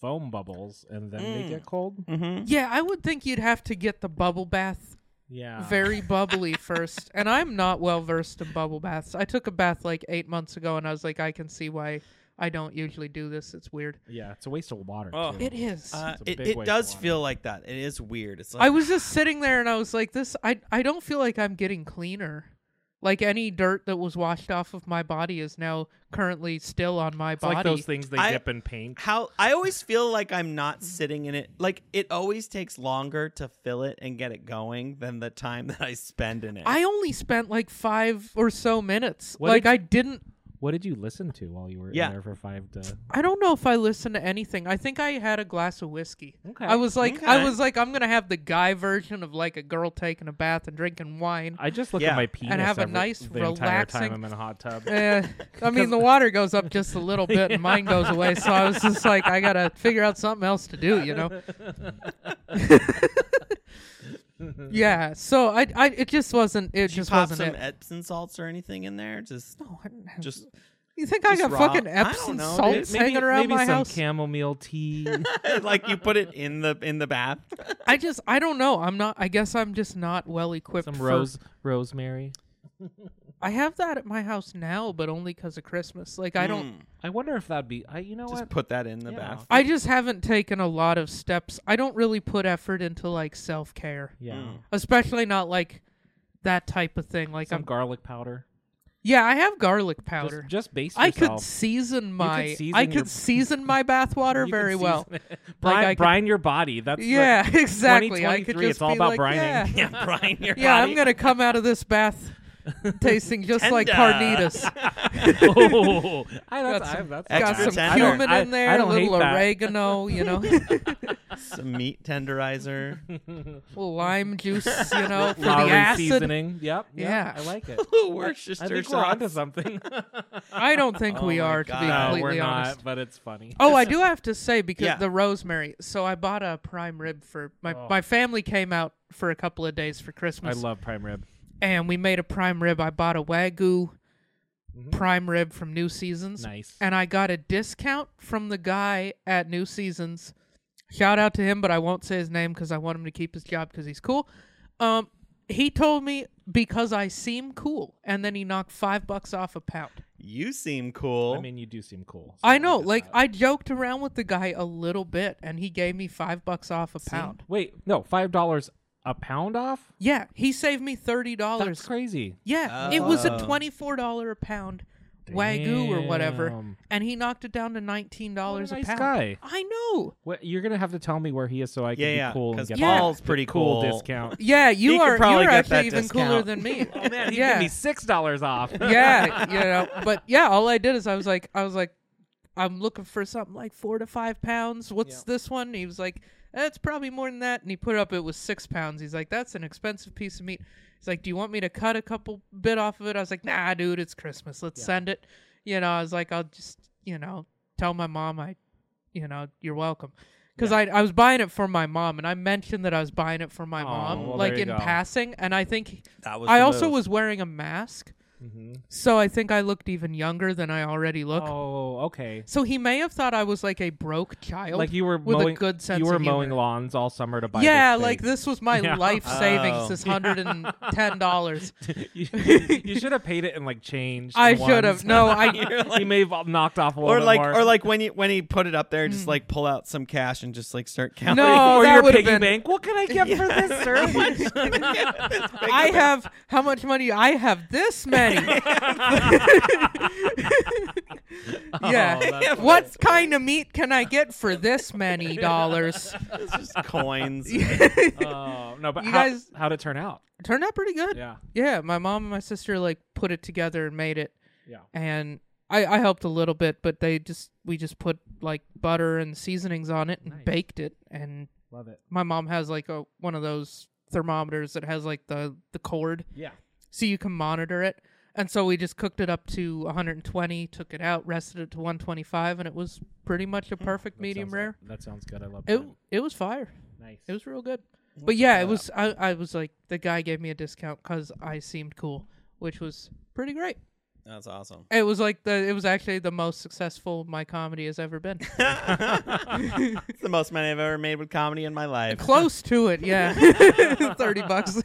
D: foam bubbles and then make
B: Mm.
D: it cold.
C: Mm-hmm.
B: yeah i would think you'd have to get the bubble bath
C: Ah.
D: Yeah,
B: very bubbly first and i'm not well versed in bubble baths i took a bath like eight months ago and i was like i can see why I don't usually do this. It's weird.
D: Yeah, it's a waste of water.
C: Oh.
D: too.
B: It is.
C: Uh,
D: It's a
C: it
D: big
C: it
D: waste
C: does
D: of water.
C: feel like that. It is weird. It's like
B: I was just sitting there and I was like, this, I, I don't feel like I'm getting cleaner. Like any dirt that was washed off of my body is now currently still on my
D: It's
B: body.
D: like those things they
C: I-
D: dip in paint.
C: how I always feel like I'm not sitting in it. Like it always takes longer to fill it and get it going than the time that I spend in it.
B: I only spent like five or so minutes.
D: What
B: like
D: did-
B: I didn't.
D: What did you listen to while you were in
C: Yeah.
D: there for five to?
B: I don't know if I listened to anything. I think I had a glass of whiskey.
D: Okay.
B: I was like, I
C: Okay.
B: was like, I'm gonna have the guy version of like a girl taking a bath and drinking wine.
D: I just look
C: Yeah.
D: at my penis
B: have a
D: every-
B: nice,
D: the entire time
B: relaxing-
D: I'm in a hot tub.
B: Eh, I mean, the water goes up just a little bit and mine goes away. So I was just like, I gotta figure out something else to do, you know? yeah. So I, I, it just wasn't. It
C: Did you
B: just
C: pop
B: wasn't
C: some
B: it.
C: Epsom salts or anything in there? Just
B: No, I didn't have-
C: just
B: you think I
C: just
B: got
C: raw-
B: fucking
C: I don't
B: Epsom
C: know,
D: May-
C: dude.
B: salts hanging around
D: maybe
B: my
D: some
B: house?
D: chamomile tea.
C: eh, like you put it in the in the bath.
B: I just, I don't know. I'm not. I guess I'm just not well equipped.
D: some
B: for-
D: rose rosemary.
B: I have that at my house now, but only because of Christmas. Like I don't.
C: Mm.
D: I wonder if that'd be. I you know
C: just
D: what?
C: put that in the
D: Yeah.
C: bath.
B: I just haven't taken a lot of steps. I don't really put effort into like self care.
D: yeah,
C: Mm.
B: especially not like that type of thing. Like
D: some
B: I'm,
D: garlic powder.
B: yeah, I have garlic
D: Just-
B: powder.
D: Just, baste
B: I
D: yourself.
B: could season my, I
D: season
B: could
D: your-
B: season my bathwater
D: You can
B: very
D: season
B: well.
D: it. brine,
B: I could-
D: brine your body. That's the-
B: Yeah, exactly. I could
D: 2023,
B: just
D: it's all
B: be
D: about
B: like,
D: brining.
B: Yeah,
C: Yeah, Brian, your
B: yeah, I'm
C: body.
B: gonna come out of this bath tasting just like
C: Tender.
B: carnitas.
D: oh, I, that's,
B: Got
D: I,
B: some-
D: that's
B: Got
C: Extra
B: some
C: tender.
B: cumin
D: I-
B: in there,
D: I don't
B: a little
D: hate that.
B: oregano, you know,
C: some meat tenderizer.
B: lime juice, you know, for the
D: Lowry
B: acid.
D: seasoning. Yep, yep,
B: Yeah.
D: I like it. I
C: Worcestershire
D: think we're onto
C: sauce.
D: something.
B: I don't think
C: Oh
B: we
C: my
B: are, to be
C: God.
D: no,
B: completely
D: we're not,
B: honest.
D: but it's funny.
B: Oh, I do have to say because
C: Yeah.
B: the rosemary. So I bought a prime rib for my
D: Oh.
B: my family came out for a couple of days for
D: I
B: Christmas.
D: love prime rib.
B: and we made a prime rib. I bought a wagyu
D: Mhm.
B: prime rib from New Seasons.
D: Nice.
B: And I got a discount from the guy at New Seasons. Shout out to him, but I won't say his name because I want him to keep his job because he's cool. Um, he told me because I seem cool, and then he knocked five bucks off a pound.
C: You seem cool.
D: I mean, you do seem cool. so
B: I know.
D: get
B: Like
D: that.
B: I joked around with the guy a little bit, and he gave me five bucks off a pound.
D: Wait, no, five dollars a pound off.
B: Yeah, he saved me thirty
D: That's
B: dollars.
D: crazy.
B: Yeah, it was a
C: Oh.
B: twenty-four dollar a pound wagyu or whatever,
D: Damn.
B: and he knocked it down to nineteen dollars
D: What a nice
B: pound.
D: guy.
B: I know.
D: What, you're gonna have to tell me where he is so I can
C: yeah, yeah.
D: be cool and
C: 'cause
D: get
B: Yeah.
C: Paul's
D: the
C: pretty
D: cool discount.
B: Yeah, you
C: He could
B: are.
C: probably
B: You're
C: get
B: actually
C: that
B: even cooler
C: discount.
B: than me.
D: oh man, he
B: yeah.
D: gave me six dollars off.
B: yeah, you know. But yeah, all I did is I was like, I was like, I'm looking for something like four to five pounds. What's
D: Yeah.
B: this one? And he was like, that's probably more than that. And he put up it was six pounds. He's like, that's an expensive piece of meat. He's like, do you want me to cut a couple bit off of it? I was like, nah, dude, it's Christmas. Let's
D: Yeah.
B: send it. You know, I was like, I'll just, you know, tell my mom I, you know, you're welcome. Because I, I was buying it for my mom, and I mentioned that I was buying it for my
D: Aw,
B: mom,
D: Oh, well,
B: like
D: there you
B: in
D: go.
B: passing. And I think
C: That was.
B: I
C: the
B: also
C: move.
B: was wearing a mask.
D: Mhm.
B: So I think I looked even younger than I already look.
D: Oh, okay.
B: So he may have thought I was like a broke child.
D: Like you were
B: with
D: mowing,
B: a good sense
D: you were
B: of humor.
D: mowing lawns all summer to buy.
B: yeah,
D: this
B: like
D: thing.
B: this was my
D: Yeah.
B: life savings,
C: Oh.
B: this hundred and ten dollars.
D: you, you should have paid it in like change.
B: I
D: and
B: should
D: ones.
B: have. No, I
C: You're like-
D: he may have knocked off a little
C: or
D: bit
C: like
D: more.
C: or like when you when he put it up there, just like pull out some cash and just like start counting.
B: Hmm. No,
D: or
B: that
D: your
B: would've
D: piggy
B: been-
D: bank. What can I get for this, sir?
B: I have how much money? I have this many.
D: Oh,
B: yeah.
D: that's
B: what kind of meat can I get for this many dollars?
C: It's just coins.
D: oh no, but
B: You
D: how,
B: guys-
D: how'd it turn out?
B: Turned out pretty good.
D: Yeah,
B: Yeah, my mom and my sister like put it together and made it.
D: Yeah.
B: And I, I helped a little bit, but they just we just put like butter and seasonings on it and
D: Nice.
B: baked it. And
D: love it.
B: my mom has like a one of those thermometers that has like the the cord,
D: Yeah,
B: so you can monitor it. And so we just cooked it up to 120, took it out, rested it to 125, and it was pretty much a perfect
D: Hmm, That
B: medium
D: sounds-
B: rare.
D: That sounds good. I love
B: It
D: that.
B: it was fire.
D: Nice.
B: It was real good. But yeah, it was. I, I was like, the guy gave me a discount because I seemed cool, which was pretty great.
C: That's awesome.
B: It was like the. It was actually the most successful my comedy has ever been.
C: It's the most money I've ever made with comedy in my life.
B: Close to it, yeah. Thirty bucks.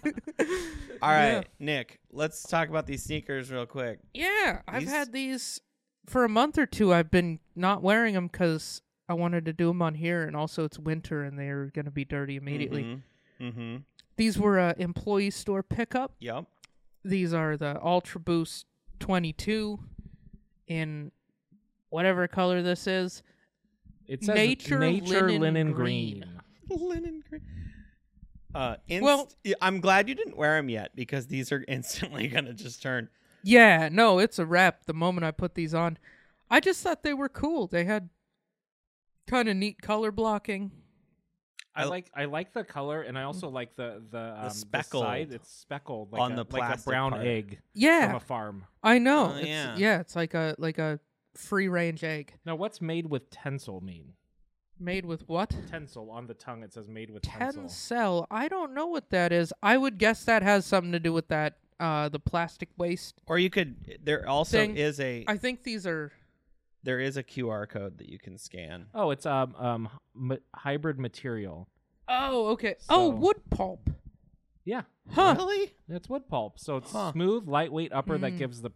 C: All right, Nick, let's talk about these sneakers real quick.
B: yeah, I've
C: These-
B: had these for a month or two, I've been not wearing them because I wanted to do them on here, and also it's winter and they're gonna be dirty immediately.
C: Mm-hmm.
B: These were uh, employee store pickup.
C: Yep.
B: These are the Ultra Boost 22 in whatever color this is.
D: It says
B: Nature
D: nature
B: linen
D: linen,
B: green.
D: green.
C: Linen green. Uh, inst-
B: Well-
C: Yeah, I'm glad you didn't wear them yet because these are instantly gonna just turn.
B: Yeah, no, it's a wrap the moment I put these on. I just thought they were cool. They had kind of neat color blocking.
D: I
C: I-
D: like I like the color, and I also like the the, um, the
C: speckled
D: side. It's speckled like
C: on
D: a,
C: the
D: like a
C: plastic
D: brown
C: part.
D: egg from
B: Yeah,
D: a farm.
B: I know.
C: Oh,
B: it's,
C: yeah.
B: it's like a like a free range egg
D: Now, what's made with tensile mean?
B: made with what?
D: Tensile on the tongue. It says made with tensile.
B: Tencel. I don't know what that is. I would guess that has something to do with that uh the plastic waste.
C: Or you could. There also
B: Thing.
C: is a
B: I think these are
C: there is a QR code that you can scan.
D: Oh, it's um um m- hybrid material.
B: Oh, okay. Oh,
D: So-
B: wood pulp.
D: Yeah,
B: Huh.
C: Really?
D: it's wood pulp. So it's
C: Huh. Hmm.
D: smooth, lightweight upper that gives the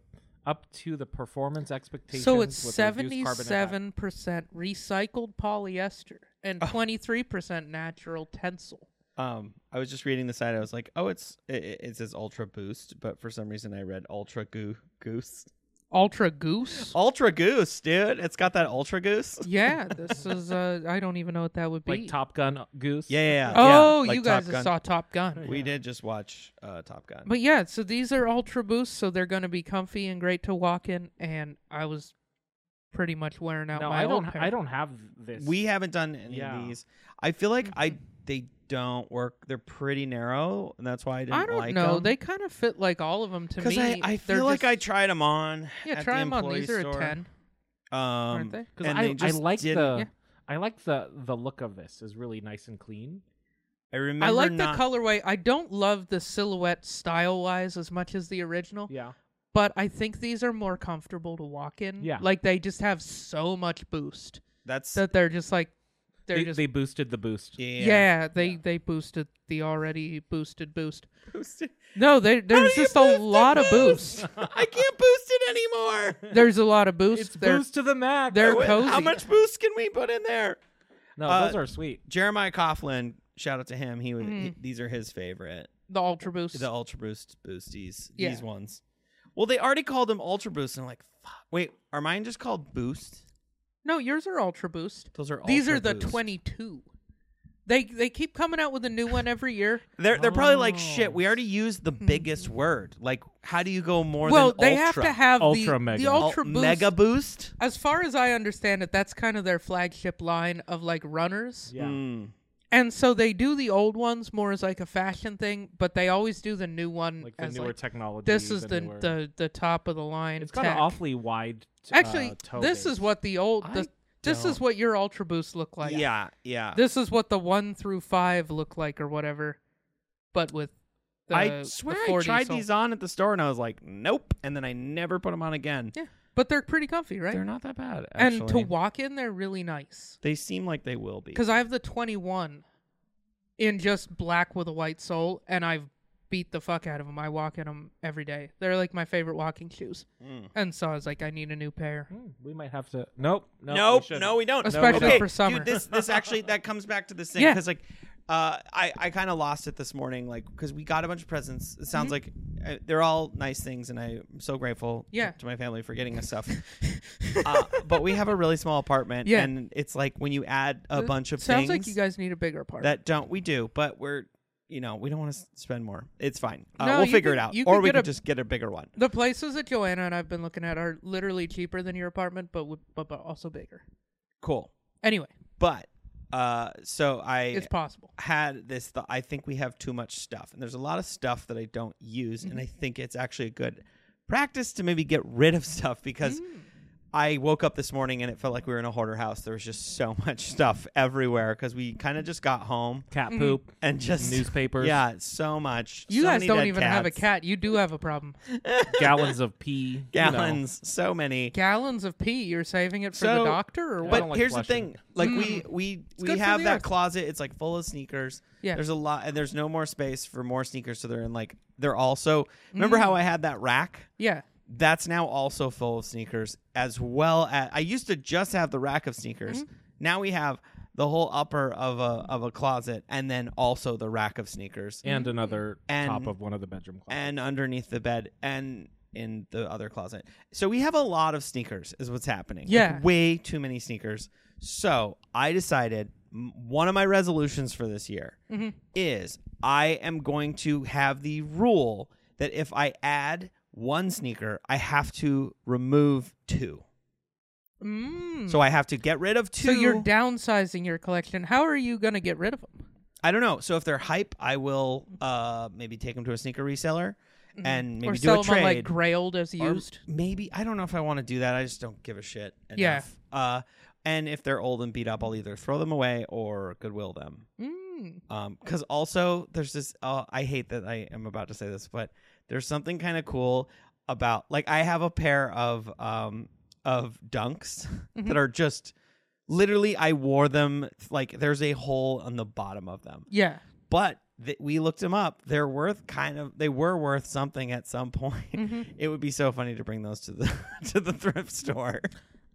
D: up to the performance expectations.
B: So it's
D: with a reduced carbon impact.
B: seventy-seven percent recycled polyester
C: Oh.
B: and twenty-three percent natural tensile.
C: Um, I was just reading the side. I was like, oh, it's it, it it says Ultra Boost, but for some reason I read Ultra Goo Goose.
B: Ultra goose.
C: Ultra Goose, dude. It's got that Ultra Goose.
B: yeah, this is. Uh, I don't even know what that would be.
D: Like Top Gun goose.
C: Yeah, yeah. yeah.
B: Oh,
C: Yeah, like
B: you guys
C: Top Gun.
B: saw Top Gun.
C: We did just watch uh, Top Gun.
B: But yeah, so these are Ultra Boosts, so they're going to be comfy and great to walk in. And I was pretty much wearing out
D: No,
B: my
D: I don't.
B: old pair.
D: I don't have this.
C: we haven't done any
D: Yeah.
C: of these. I feel like I
B: Mm-hmm.
C: they don't work. They're pretty narrow, and that's why I didn't
B: I don't
C: like
B: know.
C: them.
B: They kind of fit like all of them to
C: because
B: me.
C: I, I
B: They're
C: feel like
B: just-
C: I tried them on.
B: yeah,
C: at
B: try
C: the
B: them on.
C: employee
B: These are
C: store.
B: a ten.
C: Um,
B: aren't they?
D: because
C: and
D: I,
C: they just
D: I like
C: didn't-
D: the
B: Yeah.
D: I like the the look of this is really nice and clean.
C: I remember.
B: I like
C: not-
B: the colorway. I don't love the silhouette style wise as much as the original,
D: Yeah,
B: but I think these are more comfortable to walk in.
D: Yeah.
B: like they just have so much boost
C: That's
B: that they're just like they're
D: they,
B: just
D: they boosted the boost.
C: yeah.
B: yeah, they they boosted the already boosted boost.
C: Boosted.
B: No, they, there's
C: do you
B: just a
C: boost the
B: lot of boost.
C: boost? I can't boost it anymore.
B: There's a lot of boost.
D: It's
B: They're-
D: boost to the max.
B: they're
C: Wait,
B: cozy.
C: How much boost can we put in there?
D: no,
C: uh,
D: those are sweet.
C: Jeremiah Coughlin, shout out to him. He was. he-
B: Mm-hmm.
C: these are his favorite.
B: the ultra boost.
C: The Ultra Boost boosties.
B: Yeah.
C: These ones. Well, they already called them Ultra Boost, and I'm like, fuck. Wait, are mine just called Boost?
B: no, yours are ultra boost.
C: Those are
B: These
C: Ultra
B: are the
C: Boost.
B: 22. They they keep coming out with a new one every year.
C: They're they're probably like
D: Oh.
C: shit. We already used the biggest word. Like, how do you go more
B: Hmm. well,
C: than
B: they have
C: ultra?
B: to have
D: Ultra
B: the,
D: mega.
B: the
D: Ul-
B: ultra
C: Ul-
B: boost.
C: mega boost.
B: as far as I understand it, that's kind of their flagship line of like runners.
D: Yeah.
C: Mm.
B: And so they do the old ones more as like a fashion thing, but they always do the new one
D: like the
B: as
D: newer
B: like,
D: technology.
B: this is the,
D: newer-
B: the the top of the line.
D: it's got an
B: tech.
D: awfully wide. t-
B: Actually,
D: uh, toe
B: this
D: base.
B: is what the old the,
D: I
B: this is
D: don't-
B: what your ultra boost look like.
C: yeah, yeah.
B: This is what the one through five look like or whatever, but with the,
C: I
B: uh, the
C: swear I
B: 40
C: tried
B: sole.
C: these on at the store, and I was like, nope. And then I never put them on again.
B: Yeah, but they're pretty comfy, right?
C: They're not that bad.
B: and to
C: actually.
B: walk in, they're really nice.
C: they seem like they will be.
B: Because I have the 21 in just black with a white sole, and I've beat the fuck out of them. I walk in them every day. They're like my favorite walking shoes.
C: Hmm.
B: And so I was like, I need a new pair.
D: Hmm, we might have to. Nope. No.
C: Nope,
D: we
C: no, we don't.
B: Especially
C: okay.
B: for summer.
C: Dude, this this actually that comes back to this thing
B: Yeah.
C: because like, uh, I I kind of lost it this morning like because we got a bunch of presents. It sounds like uh, they're all nice things, and I'm so grateful. to-
B: Mm-hmm. Yeah.
C: To, my family for getting us stuff. uh, but we have a really small apartment,
B: Yeah.
C: and it's like when you add a
B: It
C: bunch of
B: Sounds
C: things
B: like you guys need a bigger part.
C: that don't we do, but we're you know we don't want to spend more. It's fine. Uh,
B: No,
C: we'll
B: you
C: figure
B: could-
C: it out,
B: you
C: or
B: could
C: we
B: get
C: could
B: a-
C: just get a bigger one.
B: the places that Joanna and I've been looking at are literally cheaper than your apartment, but w- but, but also bigger.
C: Cool,
B: Anyway,
C: but uh, so I
B: it's possible.
C: had this thought I think we have too much stuff. And there's a lot of stuff that I don't use. And I
B: Mm-hmm.
C: think it's actually a good practice to maybe get rid of stuff because
B: Mm.
C: I woke up this morning and it felt like we were in a hoarder house. There was just so much stuff everywhere because we kind of just got home
B: Mm-hmm.
D: Cat poop.
C: and just
D: Newspapers.
C: Yeah, so much.
B: You
C: So
B: guys
C: many
B: don't
C: dead
B: even have a
C: cats.
B: cat. You do have a problem.
D: Gallons of pee. You know.
C: Gallons, so many.
B: Gallons of pee. You're saving it for the
C: So-
B: doctor or
D: I
B: what?
C: But
D: don't like
C: here's the
D: flushing.
C: thing: like we we
B: Mm. good
C: we
B: for
C: have
B: the
C: that
B: earth.
C: closet. It's like full of sneakers.
B: Yeah.
C: there's a lot, and
B: Mm.
C: there's no more space for more sneakers. So they're in like they're also. Remember how I had that rack?
B: Yeah.
C: that's now also full of sneakers as well as I used to just have the rack of sneakers.
B: Mm-hmm.
C: Now we have the whole upper of a of a closet and then also the rack of sneakers
D: and another
C: And-
D: top of one of the bedroom closets.
C: and underneath the bed and in the other closet. So we have a lot of sneakers is what's happening. Like,
B: Yeah.
C: way too many sneakers. So I decided m- one of my resolutions for this year
B: Mm-hmm.
C: is I am going to have the rule that if I add one sneaker, I have to remove two.
B: Mm.
C: So I have to get rid of two.
B: So you're downsizing your collection. How are you going to get rid of them?
C: I don't know. So if they're hype, I will uh, maybe take them to a sneaker reseller and maybe
B: Mm-hmm. or
C: do
B: sell
C: a
B: them on,
C: trade.
B: like grailed as
C: Or
B: used?
C: Maybe I don't know if I want to do that. I just don't give a shit. Enough.
B: Yeah.
C: Uh, and if they're old and beat up, I'll either throw them away or goodwill them.
B: Mm.
C: Um, because also there's this. Uh, I hate that I am about to say this, but there's something kind of cool about like I have a pair of um of dunks that are just literally I wore them like there's a hole on the bottom of them
B: Yeah.
C: but th- we looked them up. They're worth kind of they were worth something at some point.
B: Mm-hmm.
C: It would be so funny to bring those to the to the thrift store.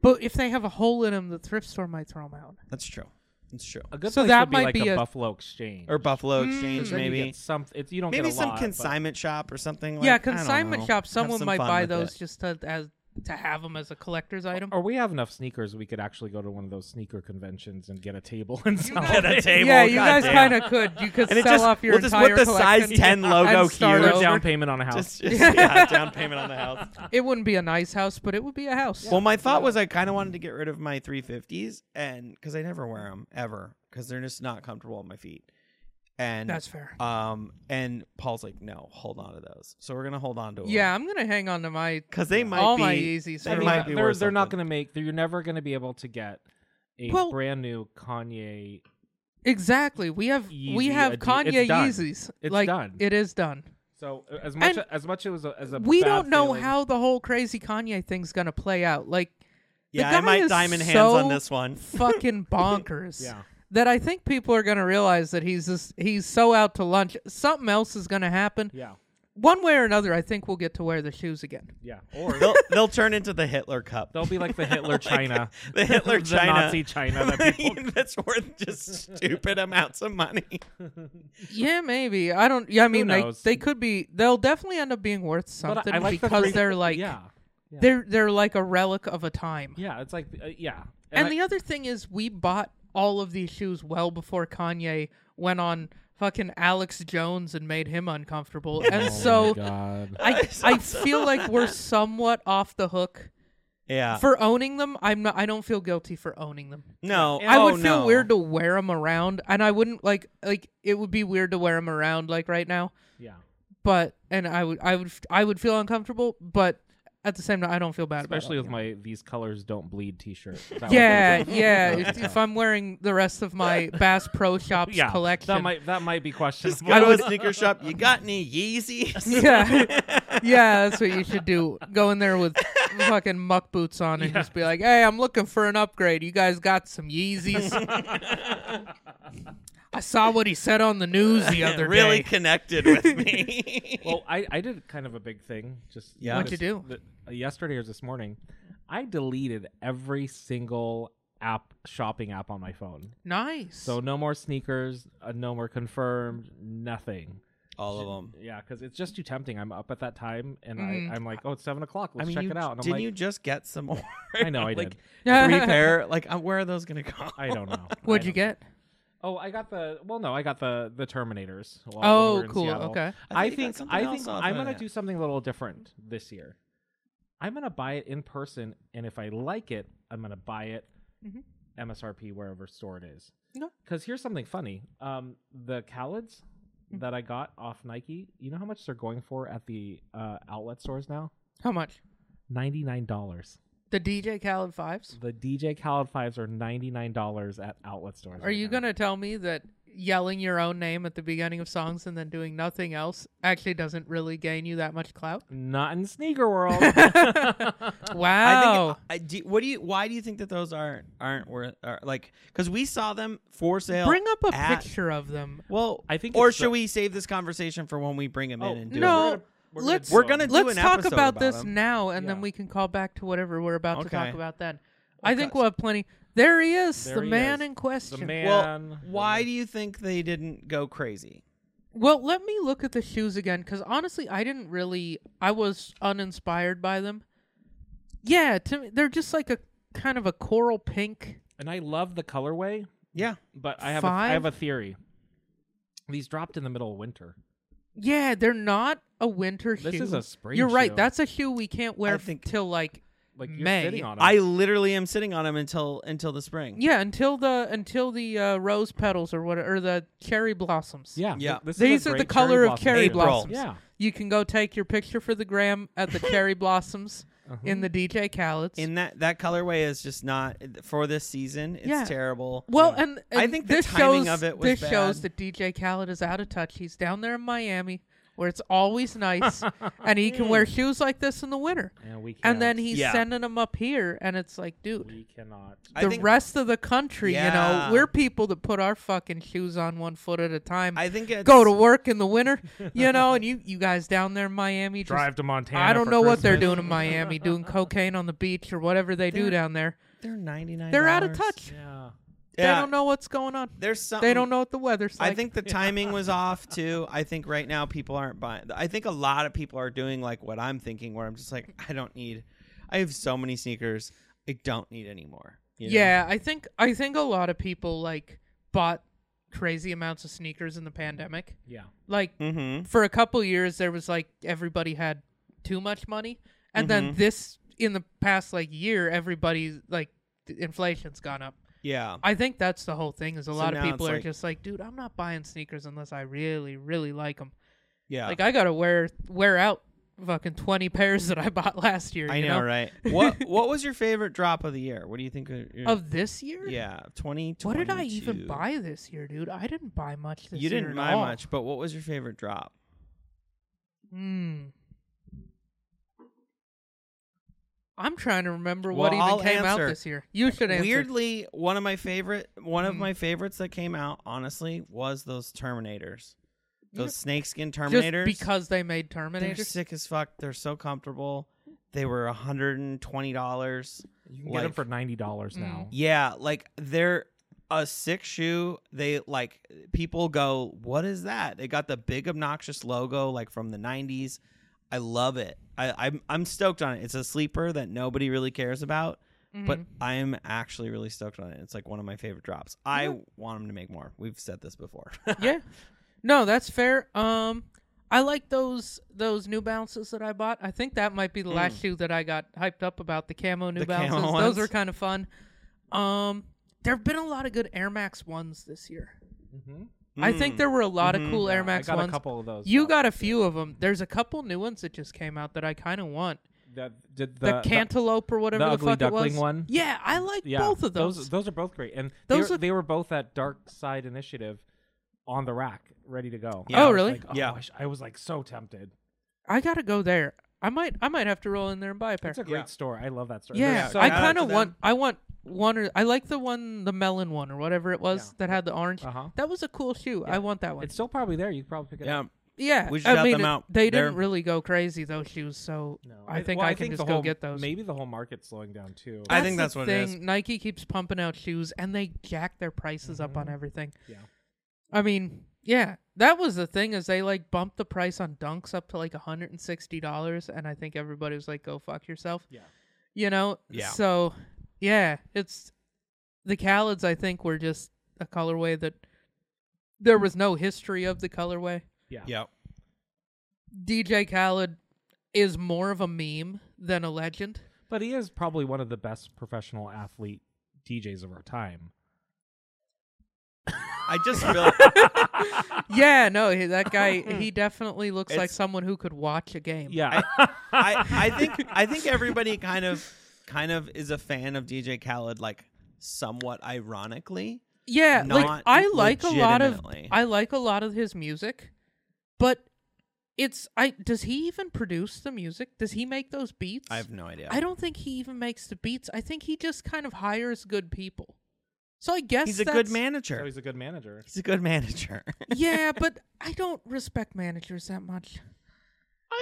B: But if they have a hole in them, the thrift store might throw them out.
C: That's true. That's true.
D: a good
B: so
D: place
B: that
D: would be
B: might
D: like
B: be
D: a,
B: a-
D: Buffalo Exchange
C: Or Buffalo
B: Mm.
C: Exchange,
D: Then you
C: maybe.
D: get some. It's, you don't
C: Maybe
D: get a
C: some
D: lot, but-
C: consignment shop or something. Like,
B: yeah,
C: I don't
B: consignment
C: know.
B: shop.
C: Have
B: Someone
C: some
B: might
C: fun
B: buy
C: with
B: those
C: it. Oh,
B: just to as to have them as a collector's item.
D: Or we have enough sneakers, we could actually go to one of those sneaker conventions and get a table and sell
B: guys-
D: it.
C: table,
B: yeah, you guys
C: goddamn.
B: kind of could. You could
C: And it
B: sell
C: just-
B: off your
C: we'll just put
B: entire
C: the size
B: collection
C: 10 logo
B: and start
C: here.
D: Or
B: over.
D: down payment on a house.
C: Just, just yeah, down payment on the house.
B: It wouldn't be a nice house, but it would be a house.
C: Well, my thought was I kind of wanted to get rid of my 350s and because I never wear them ever because they're just not comfortable on my feet. And
B: That's fair.
C: Um, and Paul's like, no, hold on to those. So we're gonna hold on to them.
B: yeah, I'm gonna hang on to my.
C: because they might
B: all
C: be.
B: my Yeezys for
C: they
D: I
B: It
D: mean,
C: might
B: that.
C: be
D: they're,
C: worth
D: they're not
C: something.
D: going to make. You're never going to be able to get a
B: Well-
D: brand new Kanye.
B: Exactly. We have we
C: uh,
D: Yeezy,
B: have
D: a D-
B: Kanye
D: it's done.
B: Yeezys.
D: It's
B: like
D: done.
B: it is done.
D: So uh, as much
B: And
D: as much it was a, as a
B: we
D: bad
B: don't know
D: feeling-
B: how the whole crazy Kanye thing's gonna play out. Like the
C: Yeah, I
B: guy
C: might
B: is
C: diamond hands
B: so
C: on this one.
B: fucking bonkers.
D: Yeah.
B: That I think people are gonna realize that he's just, he's so out to lunch. Something else is gonna happen.
D: Yeah,
B: One way or another, I think we'll get to wear the shoes again.
D: yeah. Or
C: they'll they'll turn into the Hitler Cup.
D: they'll be like the Hitler China,
C: the Hitler
D: the
C: China.
D: Nazi China that people
C: that's worth just stupid amounts of money.
B: Yeah, maybe. I don't. Yeah, I mean, they,
D: knows?
B: they could be. They'll definitely end up being worth something
D: I like the
B: because
D: three-
B: they're like
D: yeah, yeah.
B: they're they're like a relic of a time.
D: yeah. It's like uh, yeah,
B: And,
D: I-
B: the other thing is, we bought all of these shoes well before Kanye went on fucking Alex Jones and made him uncomfortable.
D: Oh
B: And so I I feel like we're somewhat off the hook
C: Yeah.
B: for owning them. I'm not. I don't feel guilty for owning them.
C: no.
B: I
C: oh,
B: would feel
C: no.
B: weird to wear them around, and I wouldn't like like it would be weird to wear them around like right now.
D: yeah,
B: But and I would I would I would feel uncomfortable, but at the same time I don't feel bad
D: especially with
B: about it.
D: my "These colors don't bleed" T-shirt. That would be
B: yeah
D: good.
B: yeah if, if I'm wearing the rest of my Bass Pro Shops
D: yeah.
B: collection
D: That might that might be questionable.
C: Just go to a sneaker shop. You got any Yeezys?
B: yeah yeah that's what you should do go in there with fucking muck boots on and just be like hey i'm looking for an upgrade you guys got some yeezys i saw what he said on the news the other
C: really
B: day
C: connected with me.
D: well, I, I did kind of a big thing. Just
C: Yeah. What'd
B: you
D: this-
B: do?
D: the- uh, yesterday or this morning, I deleted every single app shopping app on my phone.
B: nice
D: So no more sneakers, uh, no more confirmed, nothing.
C: All of them.
D: Yeah, because it's just too tempting. I'm up at that time, and
B: Mhm.
D: I, I'm like, oh, it's seven o'clock. Let's
C: I mean,
D: check
C: you,
D: it out. And I'm
C: didn't
D: like,
C: you just get some more?
D: I know I
C: like,
D: did.
C: Three pair. Like, uh, where are those gonna go?
D: I don't know. I
B: what'd you
D: don't-
B: get
D: Oh, I got the. Well, no, I got the the Terminators. while we
B: Oh,
D: were in
B: cool,
D: Seattle.
B: okay.
D: I
C: I thought you got
D: think
C: something
D: I
C: else
D: think
C: off
D: I'm
C: of
D: gonna
C: that.
D: do something a little different this year. I'm gonna buy it in person, and if I like it, I'm gonna buy it
B: Mm-hmm.
D: MSRP wherever store it is.
B: Yeah.
D: Because here's something funny. Um, the Calids
B: Mm.
D: that I got off Nike, you know how much they're going for at the uh, outlet stores now?
B: how much
D: Ninety nine dollars.
B: the dj khaled fives
D: The DJ Khaled fives are ninety nine dollars at outlet stores.
B: are you gonna tell me that yelling your own name at the beginning of songs and then doing nothing else actually doesn't really gain you that much clout
D: Not in sneaker world.
B: wow
C: I do, what do you? Why do you think that those aren't aren't worth? Are, like, because we saw them for sale.
B: Bring up a
C: at-
B: picture of them.
C: Well,
D: I think
C: Or
D: it's the-
C: should we save this conversation for when we bring them
D: Oh,
C: in and do
B: No,
C: it?
D: We're gonna- We're gonna
B: let's
D: do
C: We're
D: it.
C: gonna do
B: let's
C: an
B: talk
C: episode
B: about,
C: about
B: this
C: him.
B: now, and then
D: Yeah.
B: we can call back to whatever we're about to
C: Okay.
B: talk about then. I think
C: Okay.
B: we'll have plenty. There he is,
D: There
B: the
D: he
B: man
D: is.
B: in question.
D: The man.
C: Well, why do you think they didn't go crazy?
B: Well, let me look at the shoes again, because honestly, I didn't really. I was uninspired by them. Yeah, to me, they're just like a kind of a coral pink.
D: And I love the colorway,
C: Yeah.
D: but I have a, I
B: Five?
D: have a theory. These dropped in the middle of winter.
B: Yeah, they're not a winter shoe.
D: This is a spring
B: You're right.
D: shoe.
B: That's a shoe we can't wear
C: I
B: f-
C: think-
B: till like
D: Like you're
B: May.
D: sitting on 'em.
C: I literally am sitting on them until until the spring.
B: yeah until the until the uh, rose petals or what or the cherry blossoms.
D: yeah
C: Yeah.
D: th- This is a
B: These are the
D: great
B: color of
D: blossom.
B: cherry
C: April.
B: blossoms.
D: Yeah.
B: You can go take your picture for the gram at the cherry blossoms in the DJ Khaled's.
C: Uh-huh. In that that colorway is just not for this season. It's
B: Yeah.
C: terrible.
B: well, and,
C: I
B: and
C: think the
B: this
C: timing
B: shows,
C: of it was
B: this
C: bad.
B: shows that DJ Khaled is out of touch. He's down there in Miami where it's always nice, and he can wear shoes like this in the winter.
D: Yeah, we can't.
B: And then he's
C: Mm. Yeah.
B: sending them up here, and it's like, dude,
D: we cannot.
C: I
B: the
C: think-
B: rest of the country,
C: Yeah.
B: you know, we're people that put our fucking shoes on one foot at a time.
C: I think it's
B: go to work in the winter, you know, and you you guys down there in Miami just
D: Drive to Montana.
B: I don't
D: for
B: know what they're
D: Christmas.
B: doing in Miami, doing cocaine on the beach or whatever they do
C: They're-
B: down there.
C: They're ninety nine.
B: They're out of touch.
D: Yeah.
B: They don't know what's going on.
C: There's something
B: They don't know what the weather's like.
C: Um, I think the timing was off too. I think right now people aren't buying. I think a lot of people are doing like what I'm thinking, where I'm just like, I don't need. I have so many sneakers. I don't need any more. you know?
B: yeah, I think I think a lot of people like bought crazy amounts of sneakers in the pandemic.
D: Yeah.
B: Like
C: Mm-hmm.
B: for a couple years there was like everybody had too much money and then
C: Mm-hmm.
B: this in the past like year everybody's like th- inflation's gone up.
C: Yeah.
B: I think that's the whole thing is a
C: So
B: lot of
C: now it's
B: people are
C: like-
B: just like, dude, I'm not buying sneakers unless I really really like them.
C: Yeah.
B: Like I gotta wear wear out fucking twenty pairs that I bought last year.
C: I
B: you
C: know, right? What What was your favorite drop of the year? What do you think? Of, your,
B: Of this year?
C: yeah, twenty.
B: What did I even buy this year, dude? I didn't buy much this
C: You
B: year.
C: didn't
B: at
C: buy
B: all.
C: much, but what was your favorite drop?
B: Hmm. I'm trying to remember
C: Well,
B: what even
C: I'll
B: came
C: answer.
B: out this year. You should answer. Mm-hmm.
C: Weirdly, one of my favorite, one of my favorites that came out, honestly, was those Terminators, those snakeskin
B: just
C: Terminators.
B: because they made
C: They're
B: Terminator.
C: sick as fuck. They're so comfortable. They were hundred and twenty dollars.
D: You can get them for ninety dollars now.
B: Mm.
C: yeah, like they're a sick shoe. They like people go, what is that? They got the big obnoxious logo like from the nineties. I love it. I, I'm I'm stoked on it. It's a sleeper that nobody really cares about, but I am actually really stoked on it. It's like one of my favorite drops. I want them to make more. We've said this before.
B: yeah. No, that's fair. Um, I like those those New Balances that I bought. I think that might be the
D: Mm.
B: last shoe that I got hyped up about the camo New
C: The camo
B: Balances.
C: ones?
B: those are kind of fun. Um, there have been a lot of good Air Max ones this year. I think there were a lot of cool Air
D: Mm-hmm. I
B: Max
D: got
B: ones.
D: a couple of those.
B: you
D: though.
B: got a few of them. There's a couple new ones that just came out that I kind of want.
D: that did the,
B: The, cantaloupe or whatever the,
D: ugly
B: fuck it
D: duckling
B: was.
D: one?
B: Yeah, I like
D: yeah,
B: both of those.
D: Those, are both great, and those
B: Those
D: they,
B: are-
D: were, they were both at Dark Side Initiative on the rack, ready to go.
C: Yeah.
D: I
B: Oh,
D: was
B: really?
D: like,
C: Yeah.
D: I, sh- I was like so tempted.
B: I gotta go there. I might I might have to roll in there and buy a pair.
D: It's a great store. I love that store.
B: Yeah,
D: They're so
B: I
C: shout out
B: kind of
C: to
B: want.
C: them.
B: I want one or I like the one, the melon one or whatever it was that had the orange.
D: Uh-huh.
B: That was a cool shoe. I want that one.
D: it's still probably there. You could probably pick it
C: yeah.
D: up.
B: yeah,
C: we should
B: I
C: shout
B: mean,
C: them
B: it-
C: out.
B: they
C: They're-
B: didn't really go crazy those shoes, so
D: No,
B: I think
D: well,
B: I can
D: think
B: just
D: the whole,
B: go get those.
D: Maybe the whole market's slowing down too.
C: I think
B: the
C: that's what it is.
B: thing. Nike keeps pumping out shoes, and they jack their prices up
D: Mm-hmm.
B: on everything.
D: Yeah.
B: I mean, yeah, that was the thing is they like bumped the price on Dunks up to like hundred and sixty dollars, and I think everybody was like, "Go fuck yourself."
D: Yeah.
B: you know.
C: Yeah.
B: So, yeah, it's the Khalids. I think were just a colorway that there was no history of the colorway.
D: yeah,
C: Yep.
B: DJ Khaled is more of a meme than a legend.
D: But he is probably one of the best professional athlete DJs of our time.
C: I just feel
B: yeah, no, he, that guy. He definitely looks like
C: It's-
B: someone who could watch a game.
D: Yeah,
C: I, I think I think everybody kind of kind of is a fan of DJ Khaled like somewhat ironically.
B: Yeah, like
C: Not
B: I like a lot of
C: legitimately.
B: I like a lot of his music, but it's I does he even produce the music? Does he make those beats?
C: I have no idea.
B: I don't think he even makes the beats. I think he just kind of hires good people. So I guess
C: he's a
B: that's-
C: good manager.
D: so
C: he's,
D: he's a good manager.
C: a good manager.
B: yeah, but I don't respect managers that much.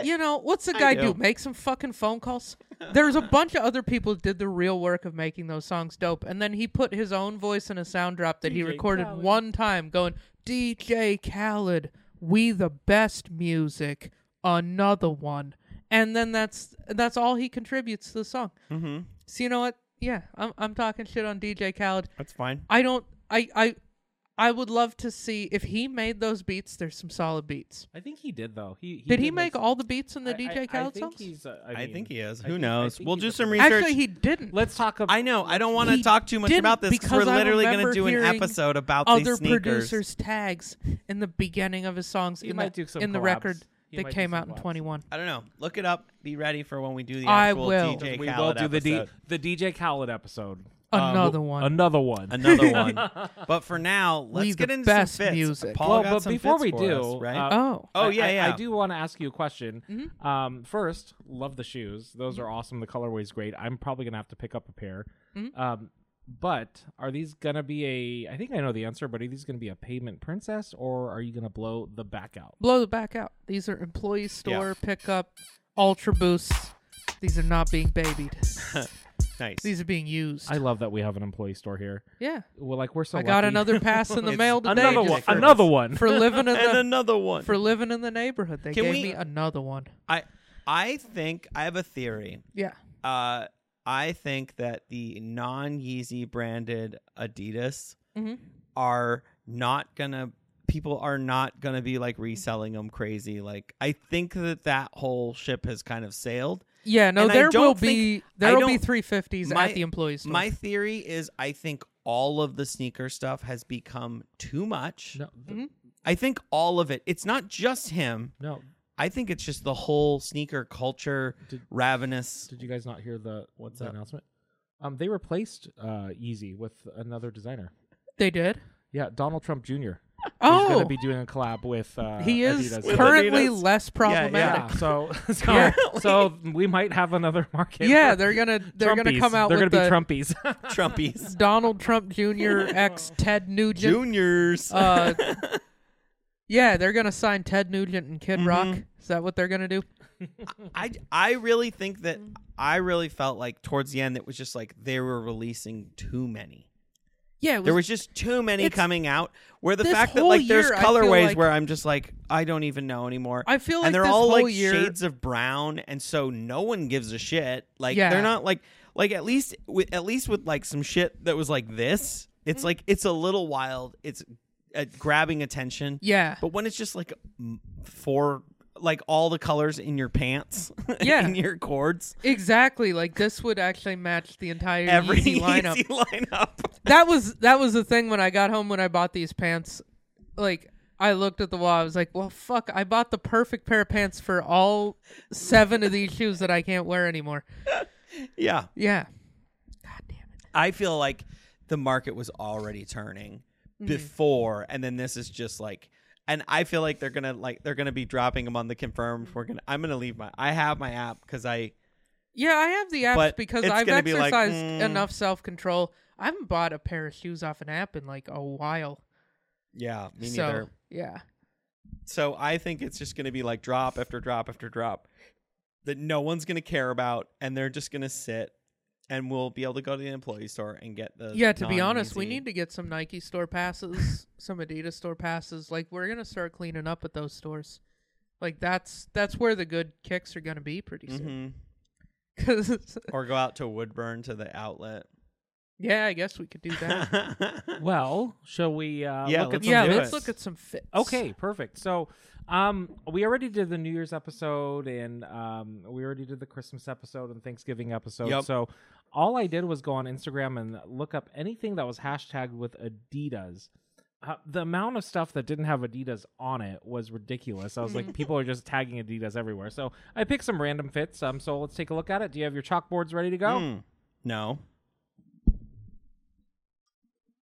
B: you know, what's the guy do?
C: do.
B: Make some fucking phone calls? There's a bunch of other people who did the real work of making those songs dope, and then he put his own voice in a sound drop that he recorded one time going, DJ Khaled, we the best music, another one. And then that's that's all he contributes to the song. Mm-hmm. So you know what? Yeah, I'm I'm talking shit on DJ Khaled.
C: That's fine.
B: I don't I I I would love to see if he made those beats, there's some solid beats.
D: I think he did though. He,
B: Did he
D: make
B: make all the beats in the
D: I- I- I
B: DJ Khaled
D: think
B: songs?
D: he's, uh,
C: I
D: mean,
C: think he is.
D: I
C: Who
D: think- I
C: knows?
D: think
C: We'll
D: he's
C: do
D: a-
C: some research.
B: Actually, he didn't.
D: Let's talk about.
C: I know. I don't want to
B: He
C: talk too much
B: didn't
C: about this because
B: because
C: we're
B: I
C: literally going
B: remember
C: to do an
B: hearing
C: episode about
B: other
C: these sneakers.
B: producers' tags in the beginning of his songs
D: He
B: in,
D: might
B: the,
D: do some
B: in the
D: collabs.
B: record
D: He might
B: that
D: do
B: came
D: some
B: out in
D: collabs.
B: 21.
C: I don't know. Look it up. Be ready for when we do the
B: I
C: actual
B: will.
C: DJ
D: we will
C: Khaled
D: do the D,
C: episode.
D: the DJ Khaled episode. Um,
B: Another one.
D: Another one.
C: Another one. But for now, let's
B: Leave
C: get
B: the
C: into
B: best
C: some fits.
B: music.
C: Paul
D: well,
C: got
D: but
C: some
D: before
C: fits
D: we
C: for
D: do,
C: us, right?
D: uh,
B: oh.
C: Oh,
D: I-
C: yeah,
D: I,
C: yeah.
D: I do want to ask you a question.
B: Mm-hmm.
D: Um, first, love the shoes; those are awesome. The colorway's great. I'm probably gonna have to pick up a pair.
B: Mm-hmm.
D: Um, but are these gonna be a? I think I know the answer, but are these gonna be a pavement princess, or are you gonna blow the back out?
B: Blow the back out. These are employee store
C: Yeah.
B: pickup Ultra Boosts. These are not being babied.
C: nice.
B: These are being used.
D: I love that we have an employee store here.
B: yeah.
D: Well, like we're so.
B: I got
D: lucky.
B: another pass in the
C: It's
B: mail today.
D: another
B: just
D: one.
B: For,
D: Another one.
B: For living in
C: and
B: the
C: another one.
B: for living in the neighborhood. They
C: Can
B: gave
C: we-
B: me another one.
C: I I think I have a theory.
B: Yeah.
C: Uh, I think that the non Yeezy branded Adidas
D: Mm-hmm.
C: are not gonna. People are not gonna be
D: Mm-hmm.
C: like reselling them crazy. Like I think that that whole ship has kind of sailed.
B: Yeah, no,
C: And I
B: there
C: don't
B: will
C: think-
B: be
C: I
B: there will be
C: don't-
B: 350s
C: my-
B: at the employee store.
C: My theory is I think all of the sneaker stuff has become too much.
D: No, th-
C: I think all of it. It's not just him.
D: no.
C: I think it's just the whole sneaker culture
D: Did-
C: ravenous.
D: Did you guys not hear the what's the
C: up?
D: announcement? Um, they replaced uh Yeezy with another designer.
B: they did.
D: Yeah, Donald Trump Jr. is going
B: Oh,
D: to be doing a collab with. Uh,
B: he is
D: Adidas.
B: currently
C: Adidas.
B: less
D: Yeah,
B: problematic.
D: so so,
B: Currently.
D: so we might have another market.
B: Yeah, they're gonna they're gonna come out
D: They're
B: with
D: gonna
B: the
D: be Trumpies.
C: Trumpies.
B: Donald Trump Jr. ex Ted Nugent.
C: Juniors.
B: Uh, yeah, they're gonna sign Ted Nugent and
C: Mm-hmm.
B: Kid Rock. Is that what they're gonna do?
C: I I really think that
B: Mm.
C: I really felt like towards the end it was just like they were releasing too many.
B: Yeah, it
C: There was just too many
B: It's-
C: coming out. Where the
B: this
C: fact that
B: whole
C: like there's
B: year, I feel
C: colorways
B: like-
C: where I'm just like I don't even know anymore.
B: I feel like
C: and they're
B: this
C: all
B: whole
C: like
B: year-
C: shades of brown, and so no one gives a shit. Like
B: Yeah.
C: they're not like like at least with at least with like some shit that was like this. It's
B: Mm-hmm.
C: like it's a little wild. It's uh, grabbing attention.
B: yeah.
C: But when it's just like m- four, like all the colors in your pants,
B: Yeah.
C: in your cords,
B: Exactly. Like this would actually match the entire
C: every
B: Yeezy lineup.
C: Yeezy lineup.
B: that was that was the thing when I got home when I bought these pants. Like I looked at the wall, I was like, "Well, fuck! I bought the perfect pair of pants for all seven of these shoes that I can't wear anymore."
C: yeah,
B: Yeah. God damn it.
C: I feel like the market was already turning
B: Mm-hmm.
C: before, and then this is just like. And I feel like they're gonna like they're gonna be dropping them on the confirmed. We're gonna. I'm gonna leave my. I have my app because I.
B: Yeah, I have the apps
C: But
B: because
C: it's
B: I've
C: gonna be
B: exercised
C: like, mm.
B: enough self control. I haven't bought a pair of shoes off an app in like a while.
C: Yeah, me
B: so
C: neither.
B: yeah,
C: So I think it's just gonna be like drop after drop after drop that no one's gonna care about, and they're just gonna sit, and we'll be able to go to the employee store and get the.
B: yeah. To be honest, we
C: non-Yeezy.
B: need to get some Nike store passes, some Adidas store passes. Like we're gonna start cleaning up at those stores. Like that's that's where the good kicks are gonna be pretty soon.
C: Mhm.
B: Cause
C: or go out to Woodburn to the outlet.
B: yeah, I guess we could do that.
D: well, shall we? Uh,
C: Yeah,
D: look at
C: let's
D: some
B: yeah,
C: do
D: news?
B: let's
C: it.
B: look at some fits.
D: Okay, perfect. So, um, we already did the New Year's episode, and um, we already did the Christmas episode and Thanksgiving episode.
C: Yep.
D: So, all I did was go on Instagram and look up anything that was hashtagged with Adidas. Uh, the amount of stuff that didn't have Adidas on it was ridiculous. I was like, people are just tagging Adidas everywhere. So I picked some random fits. Um, so let's take a look at it. Do you have your chalkboards ready to go?
C: Mm. No.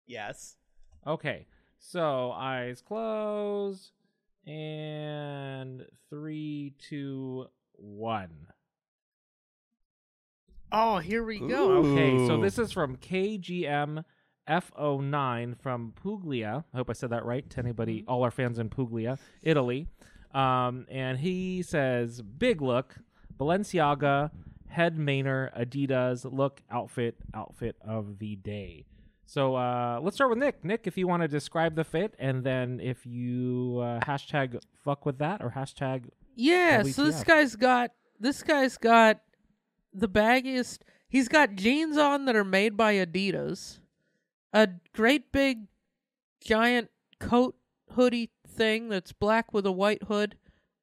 C: Yes.
D: Okay. So eyes closed. And three, two, one.
B: Oh, here we go.
C: Ooh.
D: Okay, so
C: Ooh.
D: this is from KGM Mm-hmm. F09 from Puglia. I hope I said that right to anybody, all our fans in Puglia, Italy. Um, and he says, "Big look, Balenciaga, head Manor, Adidas, look outfit, outfit of the day." So uh, let's start with Nick. Nick, if you want to describe the fit, and then if you uh, hashtag fuck with that or hashtag
B: Yeah, so this
D: WTF.
B: guy's got this guy's got the baggiest. He's got jeans on that are made by Adidas, a great big giant coat hoodie thing that's black with a white hood,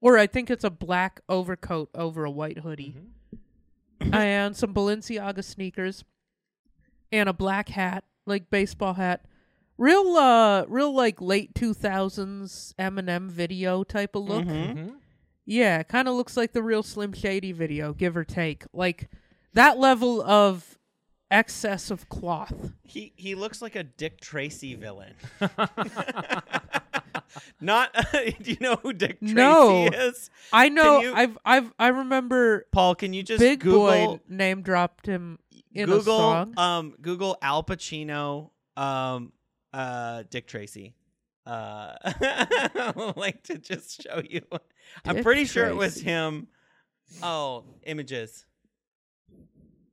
B: or I think it's a black overcoat over a white hoodie, and some Balenciaga sneakers, and a black hat, like baseball hat. Real, uh, real like late two thousands Eminem video type of look. Yeah, kind of looks like the real Slim Shady video, give or take. Like that level of excess of cloth.
C: He he looks like a Dick Tracy villain. Not do you know who Dick Tracy
B: No.
C: is?
B: I know.
C: you-
B: I've I've I remember
C: Paul, can you just
B: Big
C: Google
B: Boy name dropped him in a
C: Google
B: song.
C: um Google Al Pacino um uh Dick Tracy. Uh like to just show you. I'm
B: Dick
C: pretty sure it was
B: Tracy.
C: him. Oh, images.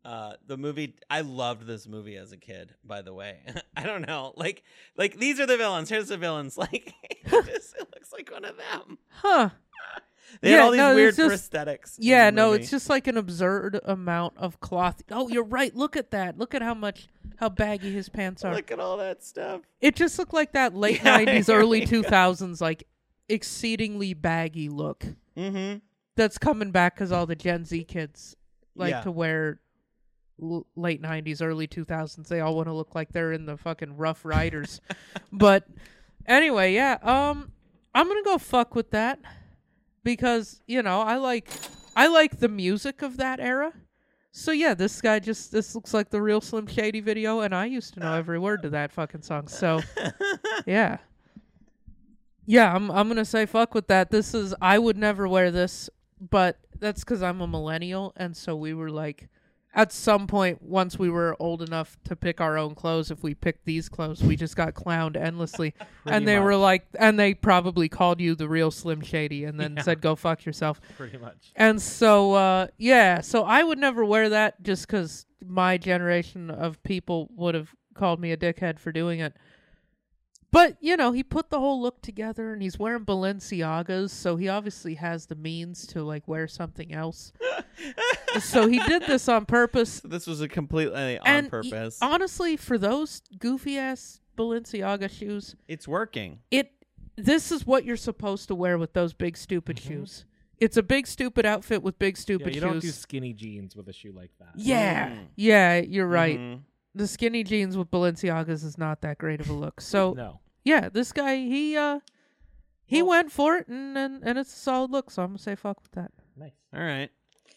C: Uh the movie I loved this movie as a kid, by the way. I don't know. Like like these are the villains. Here's the villains. Like it just it looks like one of them.
B: huh?
C: They
B: Yeah,
C: had all these
B: no,
C: weird
B: it's just-
C: prosthetics. in
B: Yeah.
C: the
B: No,
C: movie.
B: it's just like an absurd amount of cloth. Oh, you're right. Look at that. Look at how much how baggy his pants are.
C: look at all that stuff.
B: It just looked like that late
C: Yeah,
B: '90s,
C: yeah,
B: early
C: yeah.
B: 2000s, like exceedingly baggy look.
C: Mm-hmm.
B: that's coming back because all the Gen Z kids like
C: Yeah.
B: to wear l- late '90s, early 2000s. They all want to look like they're in the fucking Rough Riders. but anyway, yeah. Um, I'm gonna go fuck with that because you know I like I like the music of that era. So yeah, this guy just this looks like the real Slim Shady video, and I used to know every word to that fucking song. So yeah. Yeah, I'm I'm gonna say fuck with that. This is I would never wear this, but that's because I'm a millennial, and so we were like, at some point once we were old enough to pick our own clothes, if we picked these clothes, we just got clowned endlessly, and they were like, and they probably called you the real Slim Shady, and then said go fuck yourself.
D: pretty much.
B: And so, uh, yeah, so I would never wear that just because my generation of people would have called me a dickhead for doing it. But, you know, he put the whole look together and he's wearing Balenciagas, so he obviously has the means to, like, wear something else. so he did this on purpose.
C: This was a completely on
B: and y- uh,
C: purpose.
B: honestly, for those goofy ass Balenciaga shoes,
C: it's working.
B: it this is what you're supposed to wear with those big stupid shoes. It's a big stupid outfit with big
D: Mm-hmm. Yeah,
B: stupid
D: you
B: shoes.
D: don't do skinny jeans with a shoe like that.
B: Yeah.
C: Mm.
B: Yeah, you're right.
C: Mhm.
B: The skinny jeans with Balenciagas is not that great of a look. So
D: No.
B: yeah, this guy he uh he went for it and, and and it's a solid look, so I'm gonna say fuck with that.
D: Nice.
C: All right.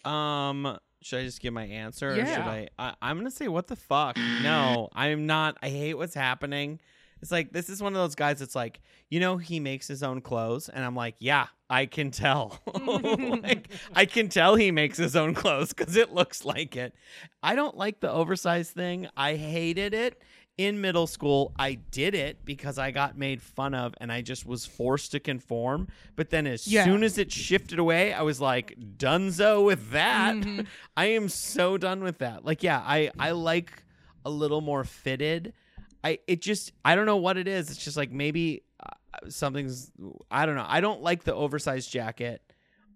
C: Um, should I just give my answer? Or should
B: Yeah.
C: I, I? I'm gonna say what the fuck. No, I'm not. I hate what's happening. It's like this is one of those guys. that's like you know he makes his own clothes, and I'm like, yeah, I can tell. like I can tell he makes his own clothes because it looks like it. I don't like the oversized thing. I hated it. In middle school, I did it because I got made fun of and I just was forced to conform. But then, as
B: Yeah.
C: soon as it shifted away, I was like, dunzo with that. I am so done with that. Like, yeah, I, I like a little more fitted. I it just I don't know what it is. It's just like maybe uh, something's I don't know. I don't like the oversized jacket.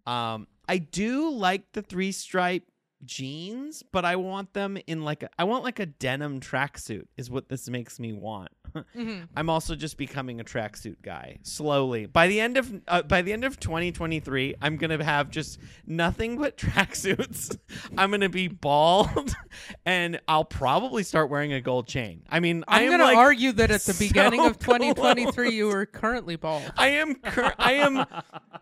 C: Um, I do like the three stripe jeans, but I want them in like a, I want like a denim tracksuit is what this makes me want.
B: Mm-hmm.
C: I'm also just becoming a tracksuit guy slowly. By the end of uh, by the end of 2023, I'm gonna have just nothing but tracksuits. I'm gonna be bald, and I'll probably start wearing a gold chain. I mean, I
B: I'm
C: am
B: gonna
C: like,
B: argue that at the
C: so
B: beginning of
C: close.
B: 2023 you were currently bald.
C: I am. Cur- I am.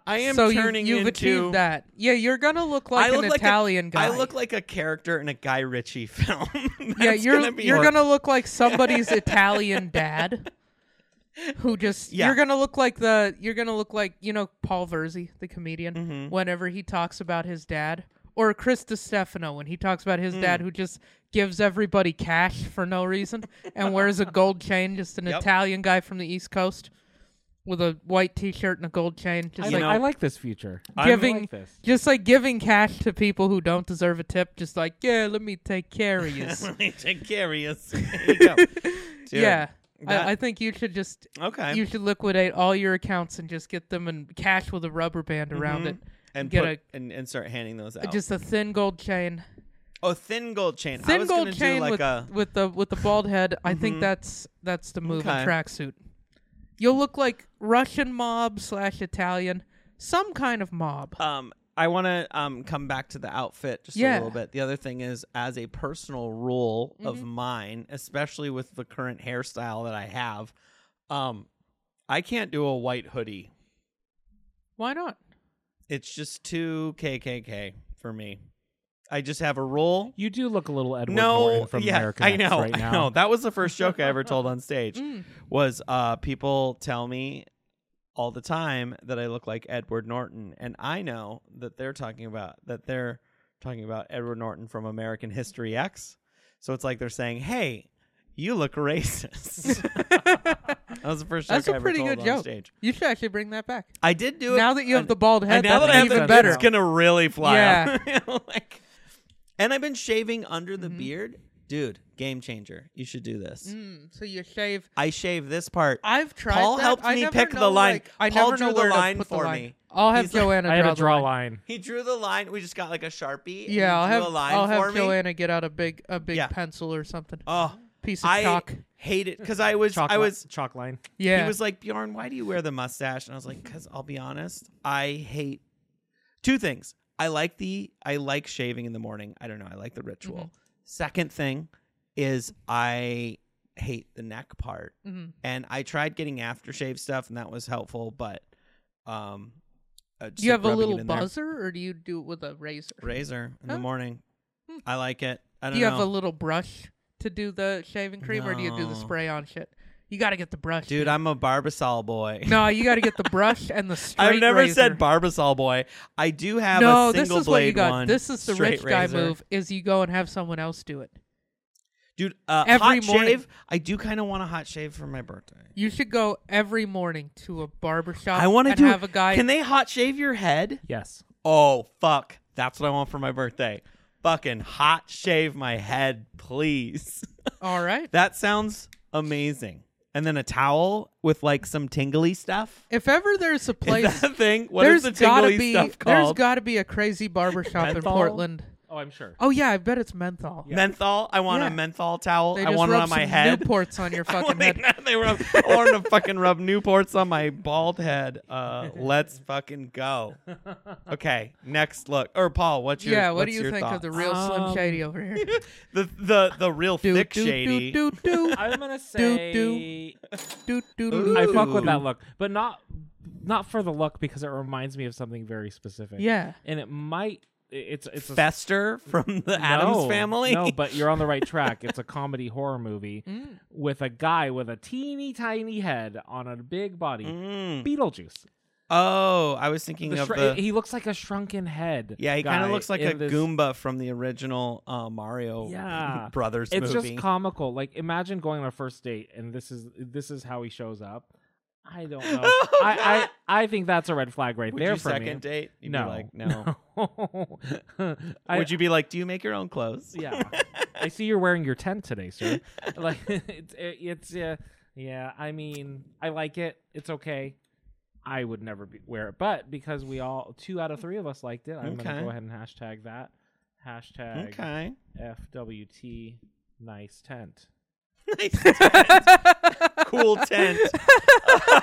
C: I am
B: so
C: turning
B: you, you've
C: into
B: achieved that. Yeah, you're gonna look like
C: I
B: an
C: look like a-
B: Italian guy.
C: I look like a character in a Guy Ritchie film.
B: yeah,
C: That's
B: you're
C: gonna be
B: you're gonna look like somebody's Italian dad. Who just
C: Yeah.
B: you're gonna look like the you're gonna look like you know Paul Verzi the comedian
C: Mm-hmm.
B: whenever he talks about his dad or Chris Stefano when he talks about his
C: Mm.
B: dad who just gives everybody cash for no reason and wears a gold chain just an
C: Yep.
B: Italian guy from the East Coast with a white T-shirt and a gold chain,
D: I,
B: just
D: li-
B: like
C: know,
D: I like this future.
E: I'm-
B: giving,
D: like this.
B: just like giving cash to people who don't deserve a tip. Just like, yeah, let me take care of you.
C: Let me take care of you. There you go. Dude,
B: yeah,
C: that-
B: I, I think you should just
C: Okay.
B: you should liquidate all your accounts and just get them in cash with a rubber band around it.
C: Mm-hmm. and
B: get
C: put, and, and start handing those out.
B: Just a thin gold chain.
C: oh, thin gold chain. I
B: Thin
C: was
B: gold
C: gonna
B: chain
C: do like
B: with,
C: a Mm-hmm.
B: with the with the bald head. I think that's that's the move
C: Okay.
B: in tracksuit. You'll look like Russian mob slash Italian, some kind of mob.
C: um I want to um come back to the outfit just a
B: Yeah.
C: little bit. The other thing is as a personal rule of
B: Mm-hmm.
C: mine, especially with the current hairstyle that I have, um I can't do a white hoodie.
B: Why not?
C: It's just too KKK for me. I just have a rule.
D: You do look a little Edward
C: no,
D: Norton from
C: yeah,
D: American
C: I
D: X
C: know,
D: right now.
C: I know. That was the first joke I ever told on stage.
B: Mm.
C: Was uh, people tell me all the time that I look like Edward Norton, and I know that they're talking about that they're talking about Edward Norton from American History X. So it's like they're saying, "Hey, you look racist." that was the first joke
B: That's
C: I
B: a
C: ever
B: pretty
C: told
B: good
C: on
B: joke.
C: stage.
B: You should actually bring that back.
C: I did do it
B: Now that you have
C: and-
B: the bald head,
C: and now that
B: that's
C: I have
B: even
C: the
B: better.
C: it's gonna really fly.
B: Yeah. Mm-hmm.
C: out. Like- and I've been shaving under the beard, dude. Game changer. You should do this.
B: Mm, so you shave.
C: I shave this part.
B: I've tried.
C: Paul
B: that.
C: helped
B: I
C: me
B: never
C: pick the
B: know,
C: line.
B: like- I
C: Paul
B: never
C: drew
B: know
C: the
B: where to
C: line
B: put
C: for
B: the line.
C: me.
B: I'll have
C: He's like-
B: Joanna.
D: I had
B: draw
D: to draw a
B: the line.
D: line.
C: He drew the line. We just got like a sharpie. and he
B: Yeah, I'll
C: drew
B: have
C: a line
B: I'll
C: for
B: have
C: me.
B: Joanna get out a big a big
C: Yeah.
B: pencil or something.
C: Oh,
B: Piece of
C: I
B: chalk.
C: hate it because I was
D: Chalk
C: I
D: li-
C: was
D: chalk line.
B: Yeah.
C: He was like, Bjorn, why do you wear the mustache? And I was like, because I'll be honest, I hate two things. I like the I like shaving in the morning. I don't know. I like the ritual.
B: Mm-hmm.
C: Second thing is I hate the neck part.
B: Mm-hmm.
C: And I tried getting aftershave stuff, and that was helpful. But um, uh, just
B: do you
C: like
B: have a
C: rubbing it
B: little
C: in there.
B: buzzer, or do you do it with a razor?
C: razor in
B: Huh?
C: the morning? I like it. I
B: do
C: don't
B: Hmm. you
C: know.
B: have a little brush to do the shaving cream, or do you do
C: No.
B: the spray on shit? You got to get the brush,
C: Dude, I'm a Barbasol boy.
B: no, you got to get the brush and the straight.
C: I've never
B: razor.
C: said Barbasol boy. I do have
B: no,
C: a
B: this
C: single
B: is what
C: blade
B: you got.
C: one.
B: This is the
C: straight
B: rich guy
C: razor.
B: move: is you go and have someone else do it.
C: Dude, uh,
B: Every
C: hot
B: morning.
C: shave. I do kind of want a hot shave for my birthday.
B: You should go every morning to a barber shop.
C: I want to
B: and
C: do.
B: have a guy.
C: Can they hot shave your head?
D: Yes.
C: Oh fuck, that's what I want for my birthday. Fucking hot shave my head, please.
B: All right.
C: that sounds amazing. And then a towel with like some tingly stuff.
B: If ever there's a
C: is
B: place,
C: that a thing? What is
B: there's
C: the
B: gotta
C: tingly
B: be
C: stuff
B: there's
C: called?
B: gotta be a crazy barber shop in
D: Menthol?
B: Portland.
D: Oh, I'm sure.
B: Oh yeah, I bet it's menthol.
C: menthol. I want
B: Yeah.
C: a menthol towel.
B: They
C: I
B: just
C: want it
B: rub
C: on my
B: some
C: head.
B: Newports on your fucking
C: Well,
B: head.
C: they- they rub, I want to fucking rub Newports on my bald head. Uh, let's fucking go. Okay, next look. Or Paul, what's your
B: yeah, what do
C: what's
B: you
C: your
B: think of
C: thoughts?
B: the real Slim
D: Um,
B: Shady over here?
C: the the the real
B: Do,
C: thick
B: do,
C: shady?
B: Do do
D: I'm gonna
B: Do,
D: say
B: do. do do do
C: Ooh.
D: I
B: do.
D: fuck with that look, but not not for the look because it reminds me of something very specific.
B: Yeah.
D: and it might it's it's a
C: Fester from the Adams
D: No,
C: Family.
D: No, but you're on the right track. It's a comedy horror movie with a guy with a teeny tiny head on a big body.
C: Mm.
D: Beetlejuice.
C: Oh, I was thinking
D: The
C: of
D: shr-
C: the.
D: he looks like a shrunken head.
C: Yeah, he kind
D: guy
C: of looks like
D: in
C: a
D: this-
C: Goomba from the original uh, Mario
D: Yeah.
C: Brothers
D: It's
C: movie.
D: just comical. Like imagine going on a first date and this is this is how he shows up. I don't know. I, I I think that's a red flag right
C: Would
D: there
C: you
D: for
C: second
D: me.
C: date? You'd
D: no,
C: be like no.
D: no. I,
C: Would you be like, do you make your own clothes?
D: yeah. I see you're wearing your tent today, sir. Like it's it, it's uh, yeah. I mean, I like it. It's okay. I would never be, wear it, but because we all two out of three of us liked it, I'm
C: Okay.
D: gonna go ahead and hashtag that. Hashtag
C: Okay.
D: FWT nice tent.
C: Nice tent. cool tent.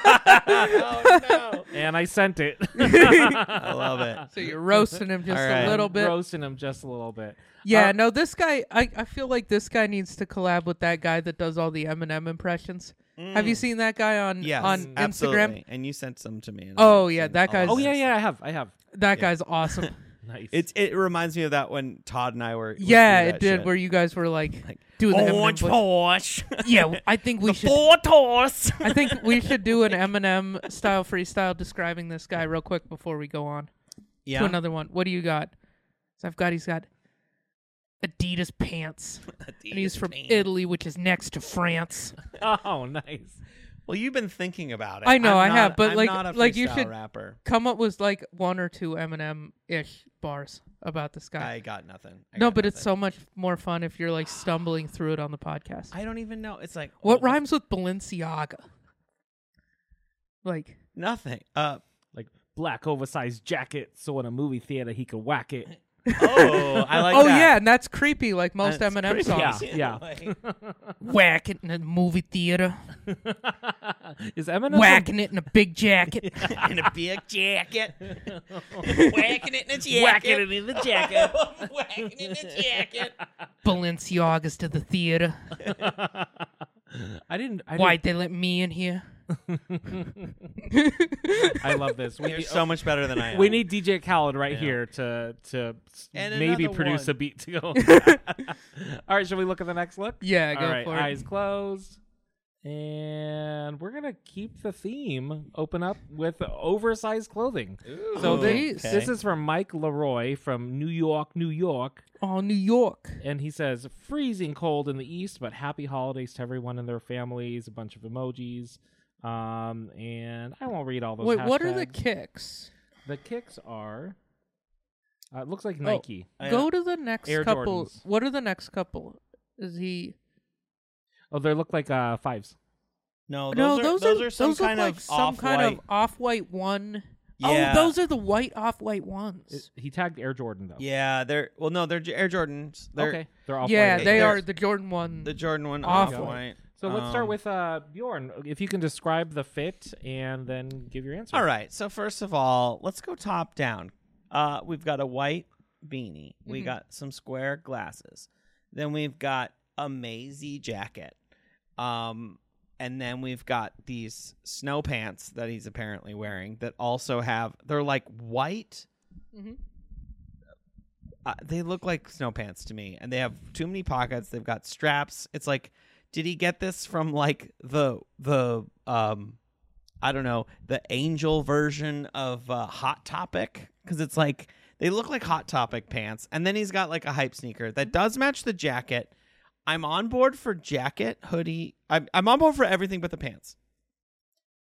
C: oh no.
D: And I sent it.
C: I love it.
B: So you're roasting him just
C: All right.
B: a little bit.
D: roasting him just a little bit.
B: yeah,
D: Uh,
C: Um,
B: no, this guy. I, I feel like this guy needs to collab with that guy that does all the Eminem impressions. Have you seen that guy on
C: Mm. Yes,
B: on Instagram?
C: absolutely. And you sent some to me. and
B: Oh,
C: I've
B: yeah,
C: seen
B: that
C: all
B: guy's-
C: of
D: Oh yeah,
C: this.
D: yeah, I have, I have.
B: That guy's awesome.
D: Nice.
C: It's it reminds me of that when Todd and I were. we
B: yeah,
C: do
B: it
C: that
B: did.
C: shit. "Oh,
B: Where you guys were like, doing the Eminem voice.
E: Porsche.
B: Yeah, I think we should.
E: Four horse.
B: I think we should do an Eminem style freestyle describing this guy real quick before we go on to
C: yeah.
B: another one. What do you got? So I've got he's got Adidas pants, and he's from Italy, which is next to France.
D: oh nice.
C: Well, you've been thinking about it.
B: I know,
C: I'm
B: I
C: not-
B: have, but
C: I'm
B: like-
C: not a
B: like, you
C: freestyle
B: should-
C: rapper.
B: Come up with like one or two Eminem ish bars about this guy.
C: I got nothing. I
B: no,
C: got
B: but it's
C: nothing.
B: so much more fun if you're like stumbling through it on the podcast.
C: I don't even know. It's like
B: what
C: oh,
B: rhymes with Balenciaga? Like
C: Nothing. Uh
D: Like black oversized jacket, so in a movie theater he could whack it.
C: oh, I like.
B: oh
C: that.
B: yeah, and that's creepy. Like most
C: That's
B: Eminem
C: creepy.
B: songs,
D: Yeah, yeah.
C: Like,
B: whack it in a movie theater,
D: Is Eminem
B: whacking it in a big jacket.
C: in a big jacket, whacking it in a jacket,
D: whacking it in the jacket?
C: whacking it in a jacket.
B: Balenciagas to the theater.
D: I didn't. I
B: Why'd
D: didn't-
B: they let me in here?
D: I love this. We,
C: You're so much better than I am.
D: we need DJ Khaled right here to to s-
C: And
D: maybe
C: another
D: produce
C: one.
D: a beat to go. All right, shall we look at the next look?
B: Yeah,
D: All
B: go
D: right,
B: for it.
D: eyes closed. And we're gonna keep the theme open up with oversized clothing. so
C: Ooh,
D: this,
C: okay.
D: this is from Mike Leroy from New York, New York,
B: Oh, New York.
D: and he says freezing cold in the east, but happy holidays to everyone and their families. A bunch of emojis, um, and I won't read all those.
B: Wait, what are the
D: hashtags.
B: kicks?
D: The kicks are. Uh, it looks like
B: Oh.
D: Nike.
C: I-
B: Go to the next
D: Air
B: couple.
D: Jordans.
B: What are the next couple? Is he?
D: Oh, they look like uh, fives.
C: No, Oh, those
B: no,
C: are
B: those
C: those are some
B: those
C: kind
B: look like
C: of
B: some kind
C: off-white.
B: of off-white one.
C: Yeah.
B: Oh, those are the white off-white ones.
D: He tagged Air Jordan though.
C: Yeah, they're well, no, they're J- Air Jordans. They're
D: okay. They're off.
B: yeah,
C: It-
B: they
C: they're-
B: are the Jordan one.
C: the Jordan one Um, off
B: Off-white.
C: white.
D: So let's
B: um,
D: start with uh, Bjorn. If you can describe the fit and then give your answer.
C: All right. So first of all, let's go top down. Uh, we've got a white beanie. We
B: Mm-hmm.
C: got some square glasses. Then we've got a mazy jacket. Um, and then we've got these snow pants that he's apparently wearing that also have they're like white.
B: Mhm.
C: Uh, they look like snow pants to me, and they have too many pockets. They've got straps. It's like, did he get this from like the the um I don't know, the angel version of uh, Hot Topic because it's like they look like Hot Topic pants, and then he's got like a hype sneaker that does match the jacket. I'm on board for jacket, hoodie. I'm I'm on board for everything but the pants.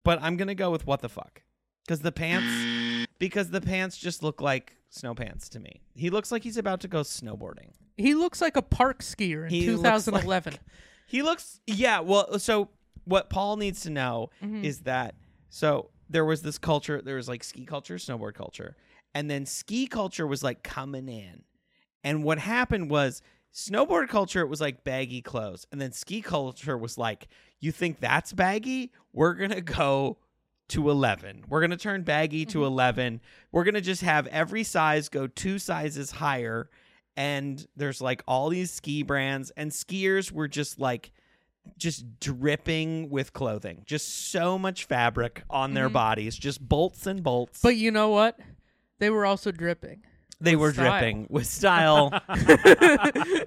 C: But I'm gonna go with what the fuck because the pants because the pants just look like snow pants to me. He looks like he's about to go snowboarding.
B: he looks like a park skier in
C: He looks
B: 2011.
C: like- He looks, yeah. Well, so what Paul needs to know is that so there was this culture, there was like ski culture, snowboard culture, and then ski culture was like coming in. And what happened was snowboard culture was like baggy clothes, and then ski culture was like, you think that's baggy? We're gonna go to 11. We're going to turn baggy
B: Mm-hmm.
C: to 11. We're going to just have every size go two sizes higher. And there's like all these ski brands, and skiers were just like, just dripping with clothing, just so much fabric on their bodies, just bolts and bolts.
B: Mm-hmm. But you know what? They were also dripping.
C: they were
B: style.
C: dripping with style,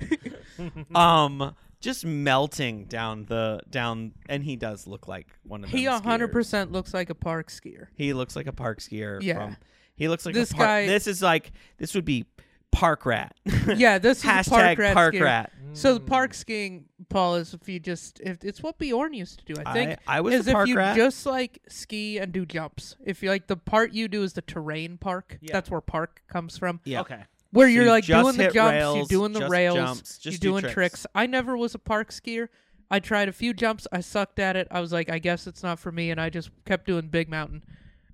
C: um, just melting down the down. And he does look like one of
B: He
C: them skiers.
B: 100% looks like a park skier.
C: He looks like a park skier.
B: Yeah.
C: From, he looks like
B: This
C: a park,
B: guy-
C: This is like this would be park rat.
B: Yeah, this is
C: Hashtag
B: park rat.
C: park
B: skier.
C: rat.
B: So the park skiing, Paul, is if you just if it's what Bjorn used to do. I think
C: I was
B: is
C: a
B: if
C: park
B: you
C: rat.
B: just like ski and do jumps. If you like the part you do is the terrain park.
D: Yeah.
B: That's where park comes from.
C: Yeah.
D: Okay.
B: Where
C: So
B: you're
C: you
B: like
C: just
B: doing the
C: hit
B: jumps,
C: rails,
B: you're doing the
C: just
B: rails,
C: jumps, just
B: you're
C: do
B: doing
C: tricks.
B: I never was a park skier. I tried a few jumps. I sucked at it. I was like, I guess it's not for me, and I just kept doing big mountain.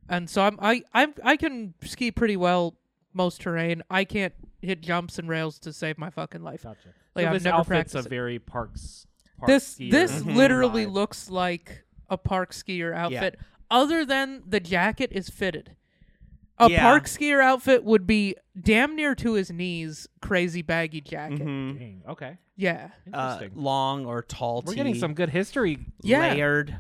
B: And so I'm I I'm, I can ski pretty well most terrain. I can't hit jumps and rails to save my fucking life.
D: Gotcha.
B: Like,
D: so
B: I've
D: this
B: never
D: outfit's a
B: practiced it.
D: very parks. Park
B: this
D: skier
B: this
C: Mm-hmm.
B: literally
D: vibe.
B: looks like a park skier outfit other than the jacket is fitted a
C: Yeah.
B: park skier outfit would be damn near to his knees crazy baggy jacket
C: Mhm.
D: Dang, okay.
B: yeah
C: Uh,
D: Interesting.
C: long or tall.
D: We're getting
C: tee,
D: some good history.
B: yeah
C: layered.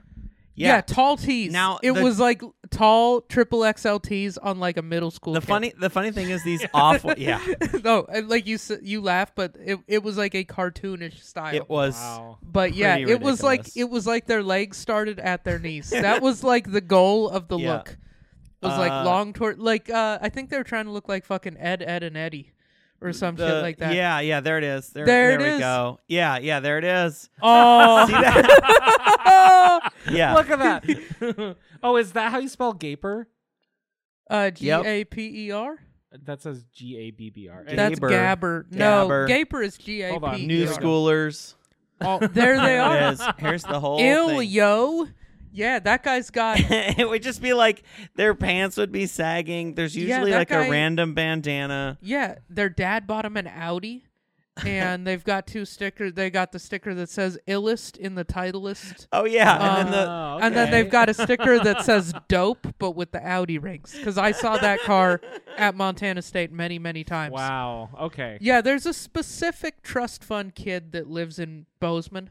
B: yeah,
C: Yeah.
B: tall tees
C: Now,
B: it
C: the-
B: was like tall triple xl tees on like a middle school
C: the
B: kid.
C: funny the funny thing is these awful. Yeah.
B: no and, like you s- you laugh but it, it was like a cartoonish style
C: It was.
D: Wow.
B: but yeah,
C: pretty
B: it was like
C: ridiculous.
B: it was like their legs started at their knees. that was like the goal of the
C: Yeah.
B: look. It was like
C: Uh,
B: long toward like uh I think they were trying to look like fucking Ed, Ed and Eddie or some
C: The-
B: shit like that.
C: Yeah, yeah, there it is. There,
B: There it
C: we
B: is.
C: go. Yeah, yeah, there it is.
B: Oh,
C: See that? yeah.
D: Look at that. oh, is that how you spell gaper?
B: uh, G A P E R.
D: That says G A B B R.
B: That's
C: Gaber.
B: Gabber. No,
C: Gabber.
B: Gaper is G A
D: Hold
B: P.
D: on.
C: New
D: Yeah.
C: schoolers.
B: Oh, there they
C: There it
B: are.
C: is. Here's the whole
B: Ew,
C: thing.
B: yo. Yeah, that guy's got.
C: it would just be like their pants would be sagging. There's
B: Yeah,
C: usually
B: that
C: like
B: guy-
C: a random bandana.
B: Yeah, their dad bought him an Audi, and they've got two stickers. They got the sticker that says "illest" in the titleist.
C: Oh yeah, and then the
D: Oh,
B: And then
D: okay.
B: they've got a sticker that says dope, but with the Audi rings. Because I saw that car at Montana State many, many times.
D: Wow. Okay.
B: Yeah, there's a specific trust fund kid that lives in Bozeman,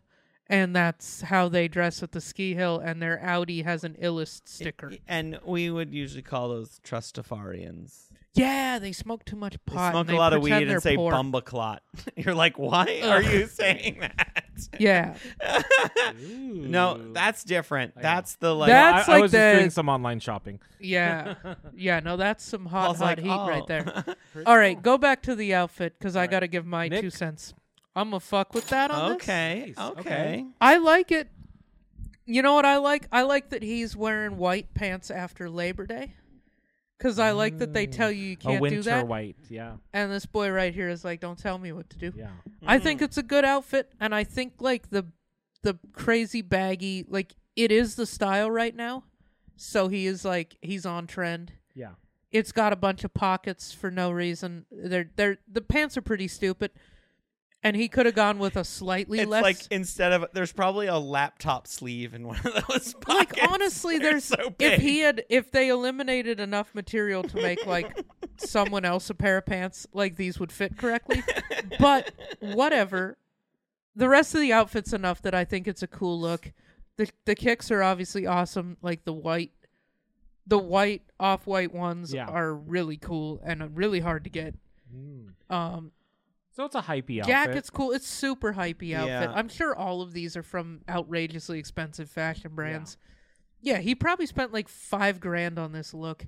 B: and that's how they dress at the ski hill, and their Audi has an illest sticker.
C: and we would usually call those trustafarians.
B: yeah, they smoke too much
C: They
B: pot.
C: smoke
B: and they
C: a lot of weed
B: pretend they're
C: and say
B: poor.
C: "bumba clot." You're like, why are you saying that?
B: Yeah.
C: no, that's different. That's the like.
D: Well,
B: That's
D: I, I
B: like
D: was just doing
B: the-
D: some online shopping.
B: Yeah. Yeah, no, that's some hot,
C: Paul's
B: hot
C: like,
B: heat right
C: "Oh."
B: there. All right, go back to the outfit because I got to give my
D: Nick?
B: two cents. I'm going to fuck with that on this.
C: okay,
D: Oh, Nice.
C: okay,
D: Okay.
B: I like it. You know what I like? I like that he's wearing white pants after Labor Day. Because I like that they tell you you
D: Mm. a
B: can't
D: winter
B: do that.
D: white. Yeah.
B: And this boy right here is like, don't tell me what to do.
D: Yeah. Mm.
B: I think it's a good outfit. And I think, like, the the crazy baggy, like, it is the style right now. So he is, like, he's on trend.
D: Yeah.
B: It's got a bunch of pockets for no reason. They're, they're, the pants are pretty stupid. And he could have gone with a slightly
C: It's
B: less.
C: like instead of there's probably a laptop sleeve in one of those. Pockets.
B: like honestly
C: They're
B: there's
C: so
B: if
C: big.
B: he had if they eliminated enough material to make like someone else a pair of pants like these would fit correctly but whatever the rest of the outfit's enough that i think it's a cool look the the kicks are obviously awesome like the white the white off-white ones
D: Yeah.
B: are really cool and really hard to get
C: Mm.
B: um
D: So it's a hypey outfit.
B: jacket's cool it's super hypey outfit
C: Yeah.
B: i'm sure all of these are from outrageously expensive fashion brands yeah. he probably spent like five grand on this look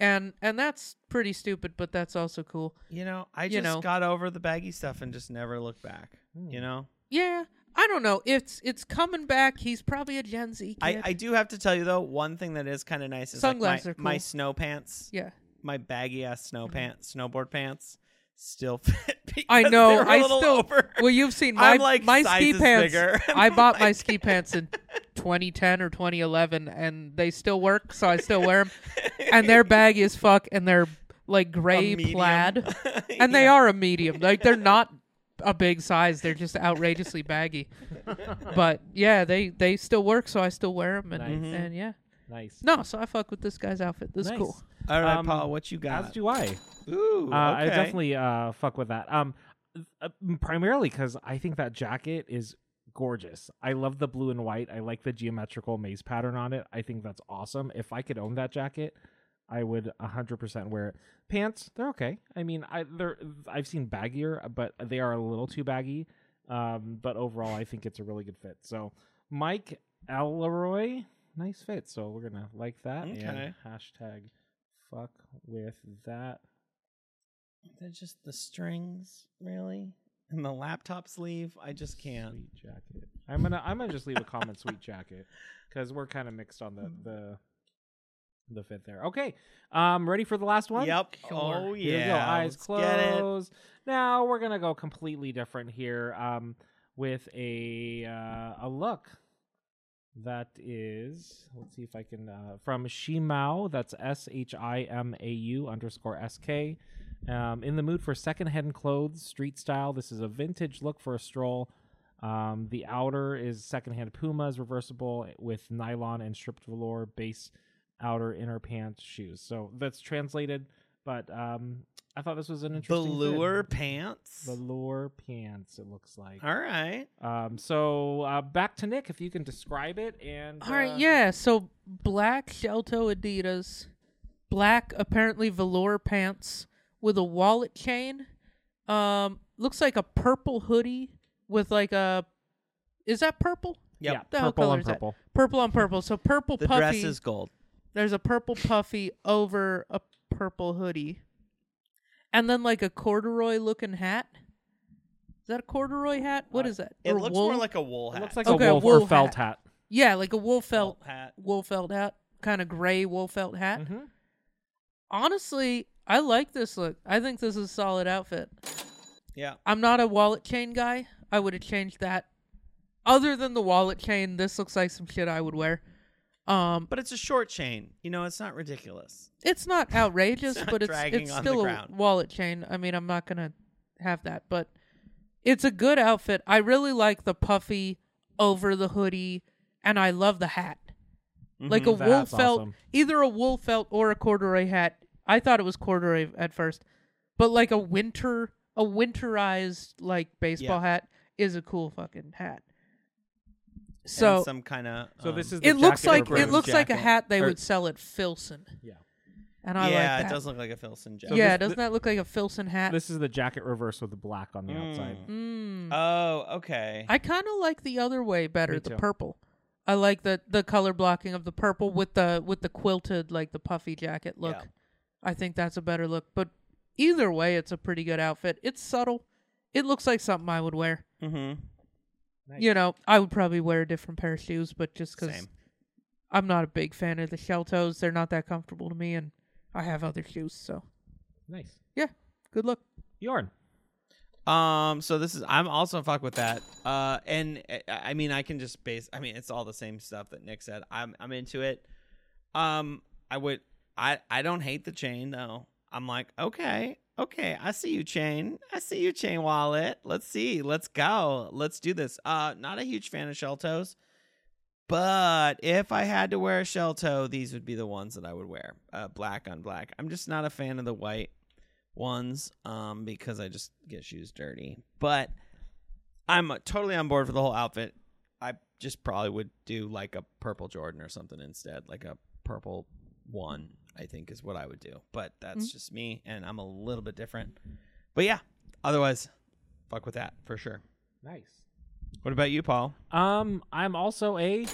B: and and that's pretty stupid but that's also cool
C: You know, I just
B: You know.
C: got over the baggy stuff and just never looked back.
D: Hmm.
C: You know,
B: yeah i don't know it's it's coming back he's probably a gen z kid
C: I, I do have to tell you though, one thing that is kind of nice is
B: Sunglasses are
C: like
B: cool.
C: my, my snow pants,
B: yeah
C: my baggy ass snow
D: Mm-hmm.
C: pants, snowboard pants, still fit. Because
B: I know.
C: they're a
B: I
C: little
B: still.
C: over.
B: Well, you've seen my
C: I'm, like,
B: my ski
C: sizes
B: pants.
C: bigger.
B: I bought my ski pants in 2010 or 2011, and they still work, so I still wear them. and they're baggy as fuck, and they're like gray
C: medium.
B: plaid, and they are a medium. Like they're not a big size; they're just outrageously baggy. but yeah, they they still work, so I still wear them, and
D: Nice.
B: and yeah,
D: Nice.
B: no, so I fuck with this guy's outfit. This is
D: Nice.
B: cool.
C: All right,
D: Um,
C: Paul, what you
D: As
C: got?
D: do I.
C: Ooh,
D: Uh, I
C: okay.
D: definitely uh, fuck with that. Um, uh, primarily because I think that jacket is gorgeous. I love the blue and white. I like the geometrical maze pattern on it. I think that's awesome. If I could own that jacket, I would hundred percent wear it. Pants, they're okay. I mean, I they're I've seen baggier, uh, but they are a little too baggy. Um, but overall, I think it's a really good fit. So, Mike Elroy, nice fit. So we're gonna like that. and
C: Okay.
D: hashtag fuck with that.
C: They're just the strings, really, and the laptop sleeve. I just can't.
D: Sweet jacket. I'm gonna I'm gonna just leave a comment. sweet jacket, because we're kind of mixed on
C: Hmm.
D: the the the fit there. Okay, um, ready for the last one?
C: Yep.
B: Sure.
C: Oh yeah.
D: Here we go. Eyes
C: Let's Get it.
D: closed. Now we're gonna go completely different here. Um, with a uh, a look that is. Let's see if I can uh, from Shimao. That's S H I M A U underscore S K. Um, in the mood for secondhand clothes, street style. This is a vintage look for a stroll. Um, the outer is secondhand Pumas, reversible with nylon and stripped velour base outer inner pants shoes. So that's translated, but um, I thought this was an interesting fit.
C: Velour pants.
D: velour pants. It looks like.
C: All right.
D: Um, so uh, back to Nick, if you can describe it and
B: All right,
D: uh,
B: yeah. So black Shelto Adidas, black apparently velour pants with a wallet chain. Um, looks like a purple hoodie with like a. Is that purple?
C: Yep.
D: yeah,
B: The hell
D: purple
B: color
D: on
B: is that?
D: purple.
B: Purple on purple. So purple
C: The
B: puffy.
C: dress is gold.
B: There's a purple puffy over a purple hoodie. and then like a corduroy looking hat. Is that a corduroy hat? What is that?
C: Uh, It
B: Or
C: looks
B: wool?
C: more like a wool
D: It
C: hat.
D: looks like
B: Okay,
D: a
B: a
D: wolf or
B: wool
D: felt hat.
B: hat. yeah, like a wool felt,
C: Felt hat. Mm-hmm.
B: wool felt hat, kind of gray wool felt hat.
D: Mhm.
B: Honestly, I like this look. I think this is a solid outfit.
C: yeah.
B: I'm not a wallet chain guy. I would have changed that. Other than the wallet chain, this looks like some shit I would wear. Um,
C: But it's a short chain. You know, it's not ridiculous.
B: it's not outrageous,
C: It's not
B: but it's
C: dragging
B: it's
C: on the
B: still a
C: ground.
B: wallet chain. I mean, I'm not gonna have that, but it's a good outfit. I really like the puffy over the hoodie, and I love the hat, like a
D: Mhm, the
B: wool
D: hat's
B: felt,
D: awesome.
B: either a wool felt or a corduroy hat. I thought it was corduroy at first, but like a winter, a winterized like baseball
C: Yeah.
B: hat is a cool fucking hat.
C: And
B: So
C: some um, kind of.
D: So this is the
B: it looks
D: jacket
B: like
D: over
B: it
D: his
B: looks like a
C: jacket.
B: hat they
D: Or-
B: would sell at Filson.
D: Yeah.
B: and
C: Yeah,
B: I like
C: it
B: that
C: does look like a Filson jacket.
B: yeah,
D: this-
B: doesn't that look like a Filson hat?
D: This is the jacket reverse with the black on the
C: Mm.
D: outside.
B: Mm.
C: Oh, okay.
B: I kind of like the other way better,
D: Me
B: the
D: too.
B: purple. I like the the color blocking of the purple with the with the quilted like the puffy jacket look.
C: Yeah.
B: I think that's a better look, but either way it's a pretty good outfit. It's subtle. It looks like something I would wear.
C: mm-hmm.
B: You know, I would probably wear a different pair of shoes, but just cuz
C: Same.
B: I'm not a big fan of the shell toes, they're not that comfortable to me and I have other shoes, so
D: Nice.
B: yeah. Good look.
D: Yorn.
C: Um, so this is I'm also fuck with that. Uh, and I, I mean I can just base. I mean it's all the same stuff that Nick said. I'm I'm into it. Um, I would I I don't hate the chain though. I'm like okay okay I see you chain I see you chain wallet. Let's see let's go let's do this. Uh, not a huge fan of shell toes. But if I had to wear a shell toe, these would be the ones that I would wear. Uh, black on black. I'm just not a fan of the white ones um, because I just get shoes dirty. But I'm uh, totally on board for the whole outfit. I just probably would do like a purple Jordan or something instead, like a purple one. I think is what I would do. But that's
D: Mm.
C: just me, and I'm a little bit different. But yeah, otherwise, fuck with that for sure.
D: Nice.
C: What about you, Paul?
D: Um, I'm also a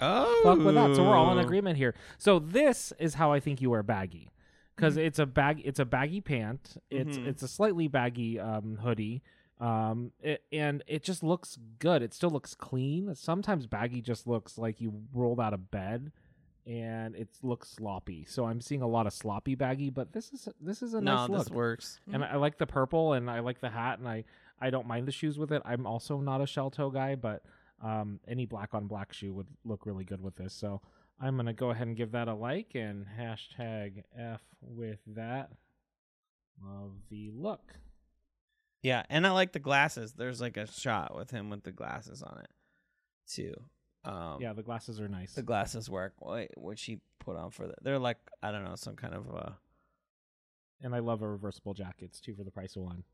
C: Oh,
D: fuck with that. So we're all in agreement here. So this is how I think you wear baggy, because it's a bag, it's a baggy pant. It's
C: Mhm.
D: it's a slightly baggy um, hoodie, um, it, and it just looks good. It still looks clean. Sometimes baggy just looks like you rolled out of bed, and it looks sloppy. So I'm seeing a lot of sloppy baggy, but this is this is a
C: No,
D: nice look.
C: this works.
D: and I like the purple and I like the hat and I I don't mind the shoes with it. I'm also not a shell toe guy, but um, any black on black shoe would look really good with this. So I'm gonna go ahead and give that a like and hashtag F with that. Love the look.
C: Yeah, and I like the glasses. There's like a shot with him with the glasses on it too. Um,
D: Yeah, the glasses are nice.
C: the glasses work. What what she put on for that? They're like I don't know some kind of uh,
D: And I love a reversible jackets too for the price of one.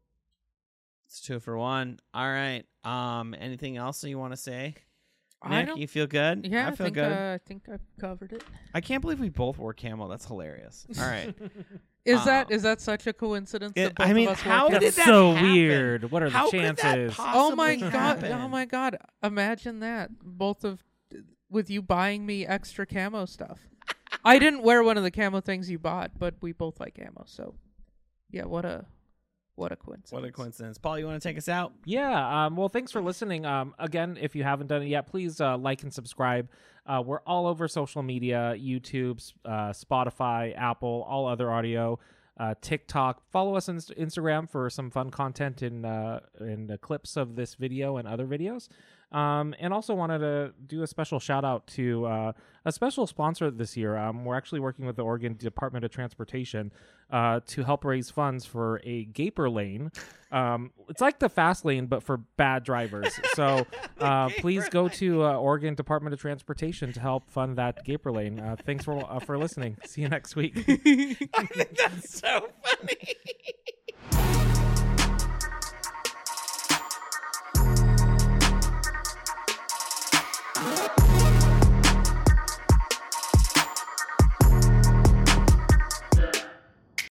C: it's two for one. All right. Um, anything else that you want to say?
B: I
C: Nick,
B: don't
C: you feel good?
B: Yeah,
C: I feel
B: think
C: good.
B: Uh, I think I've covered it.
C: I can't believe we both wore camel. That's hilarious. All right.
B: Is that
C: Um,
B: is that such a coincidence?
C: it-
B: that both
C: I mean,
B: of us were
C: how
B: Catholic?
C: did
D: That's
C: that
D: so
C: happen?
D: weird. What are the
C: How could that
D: chances?
B: Oh my
C: possibly
B: god! Oh
C: happen?
B: my god! Imagine that. Both of with you buying me extra camo stuff. I didn't wear one of the camo things you bought, but we both like camo, so yeah. What a what a coincidence!
C: What a coincidence. Paul, you want to take us out?
D: Yeah. Um, well, thanks for listening. Um, again, if you haven't done it yet, please uh, like and subscribe. Uh, we're all over social media YouTube, s- uh, Spotify, Apple, all other audio, uh, TikTok. Follow us on Inst- Instagram for some fun content in, uh, in the clips of this video and other videos. Um, and also wanted to do a special shout out to uh, a special sponsor this year. Um, we're actually working with the Oregon Department of Transportation uh, to help raise funds for a gaper lane. Um, it's like the fast lane, but for bad drivers. So uh, please go to uh, Oregon Department of Transportation to help fund that gaper lane. Uh, thanks for uh, for listening. See you next week.
C: That's so funny.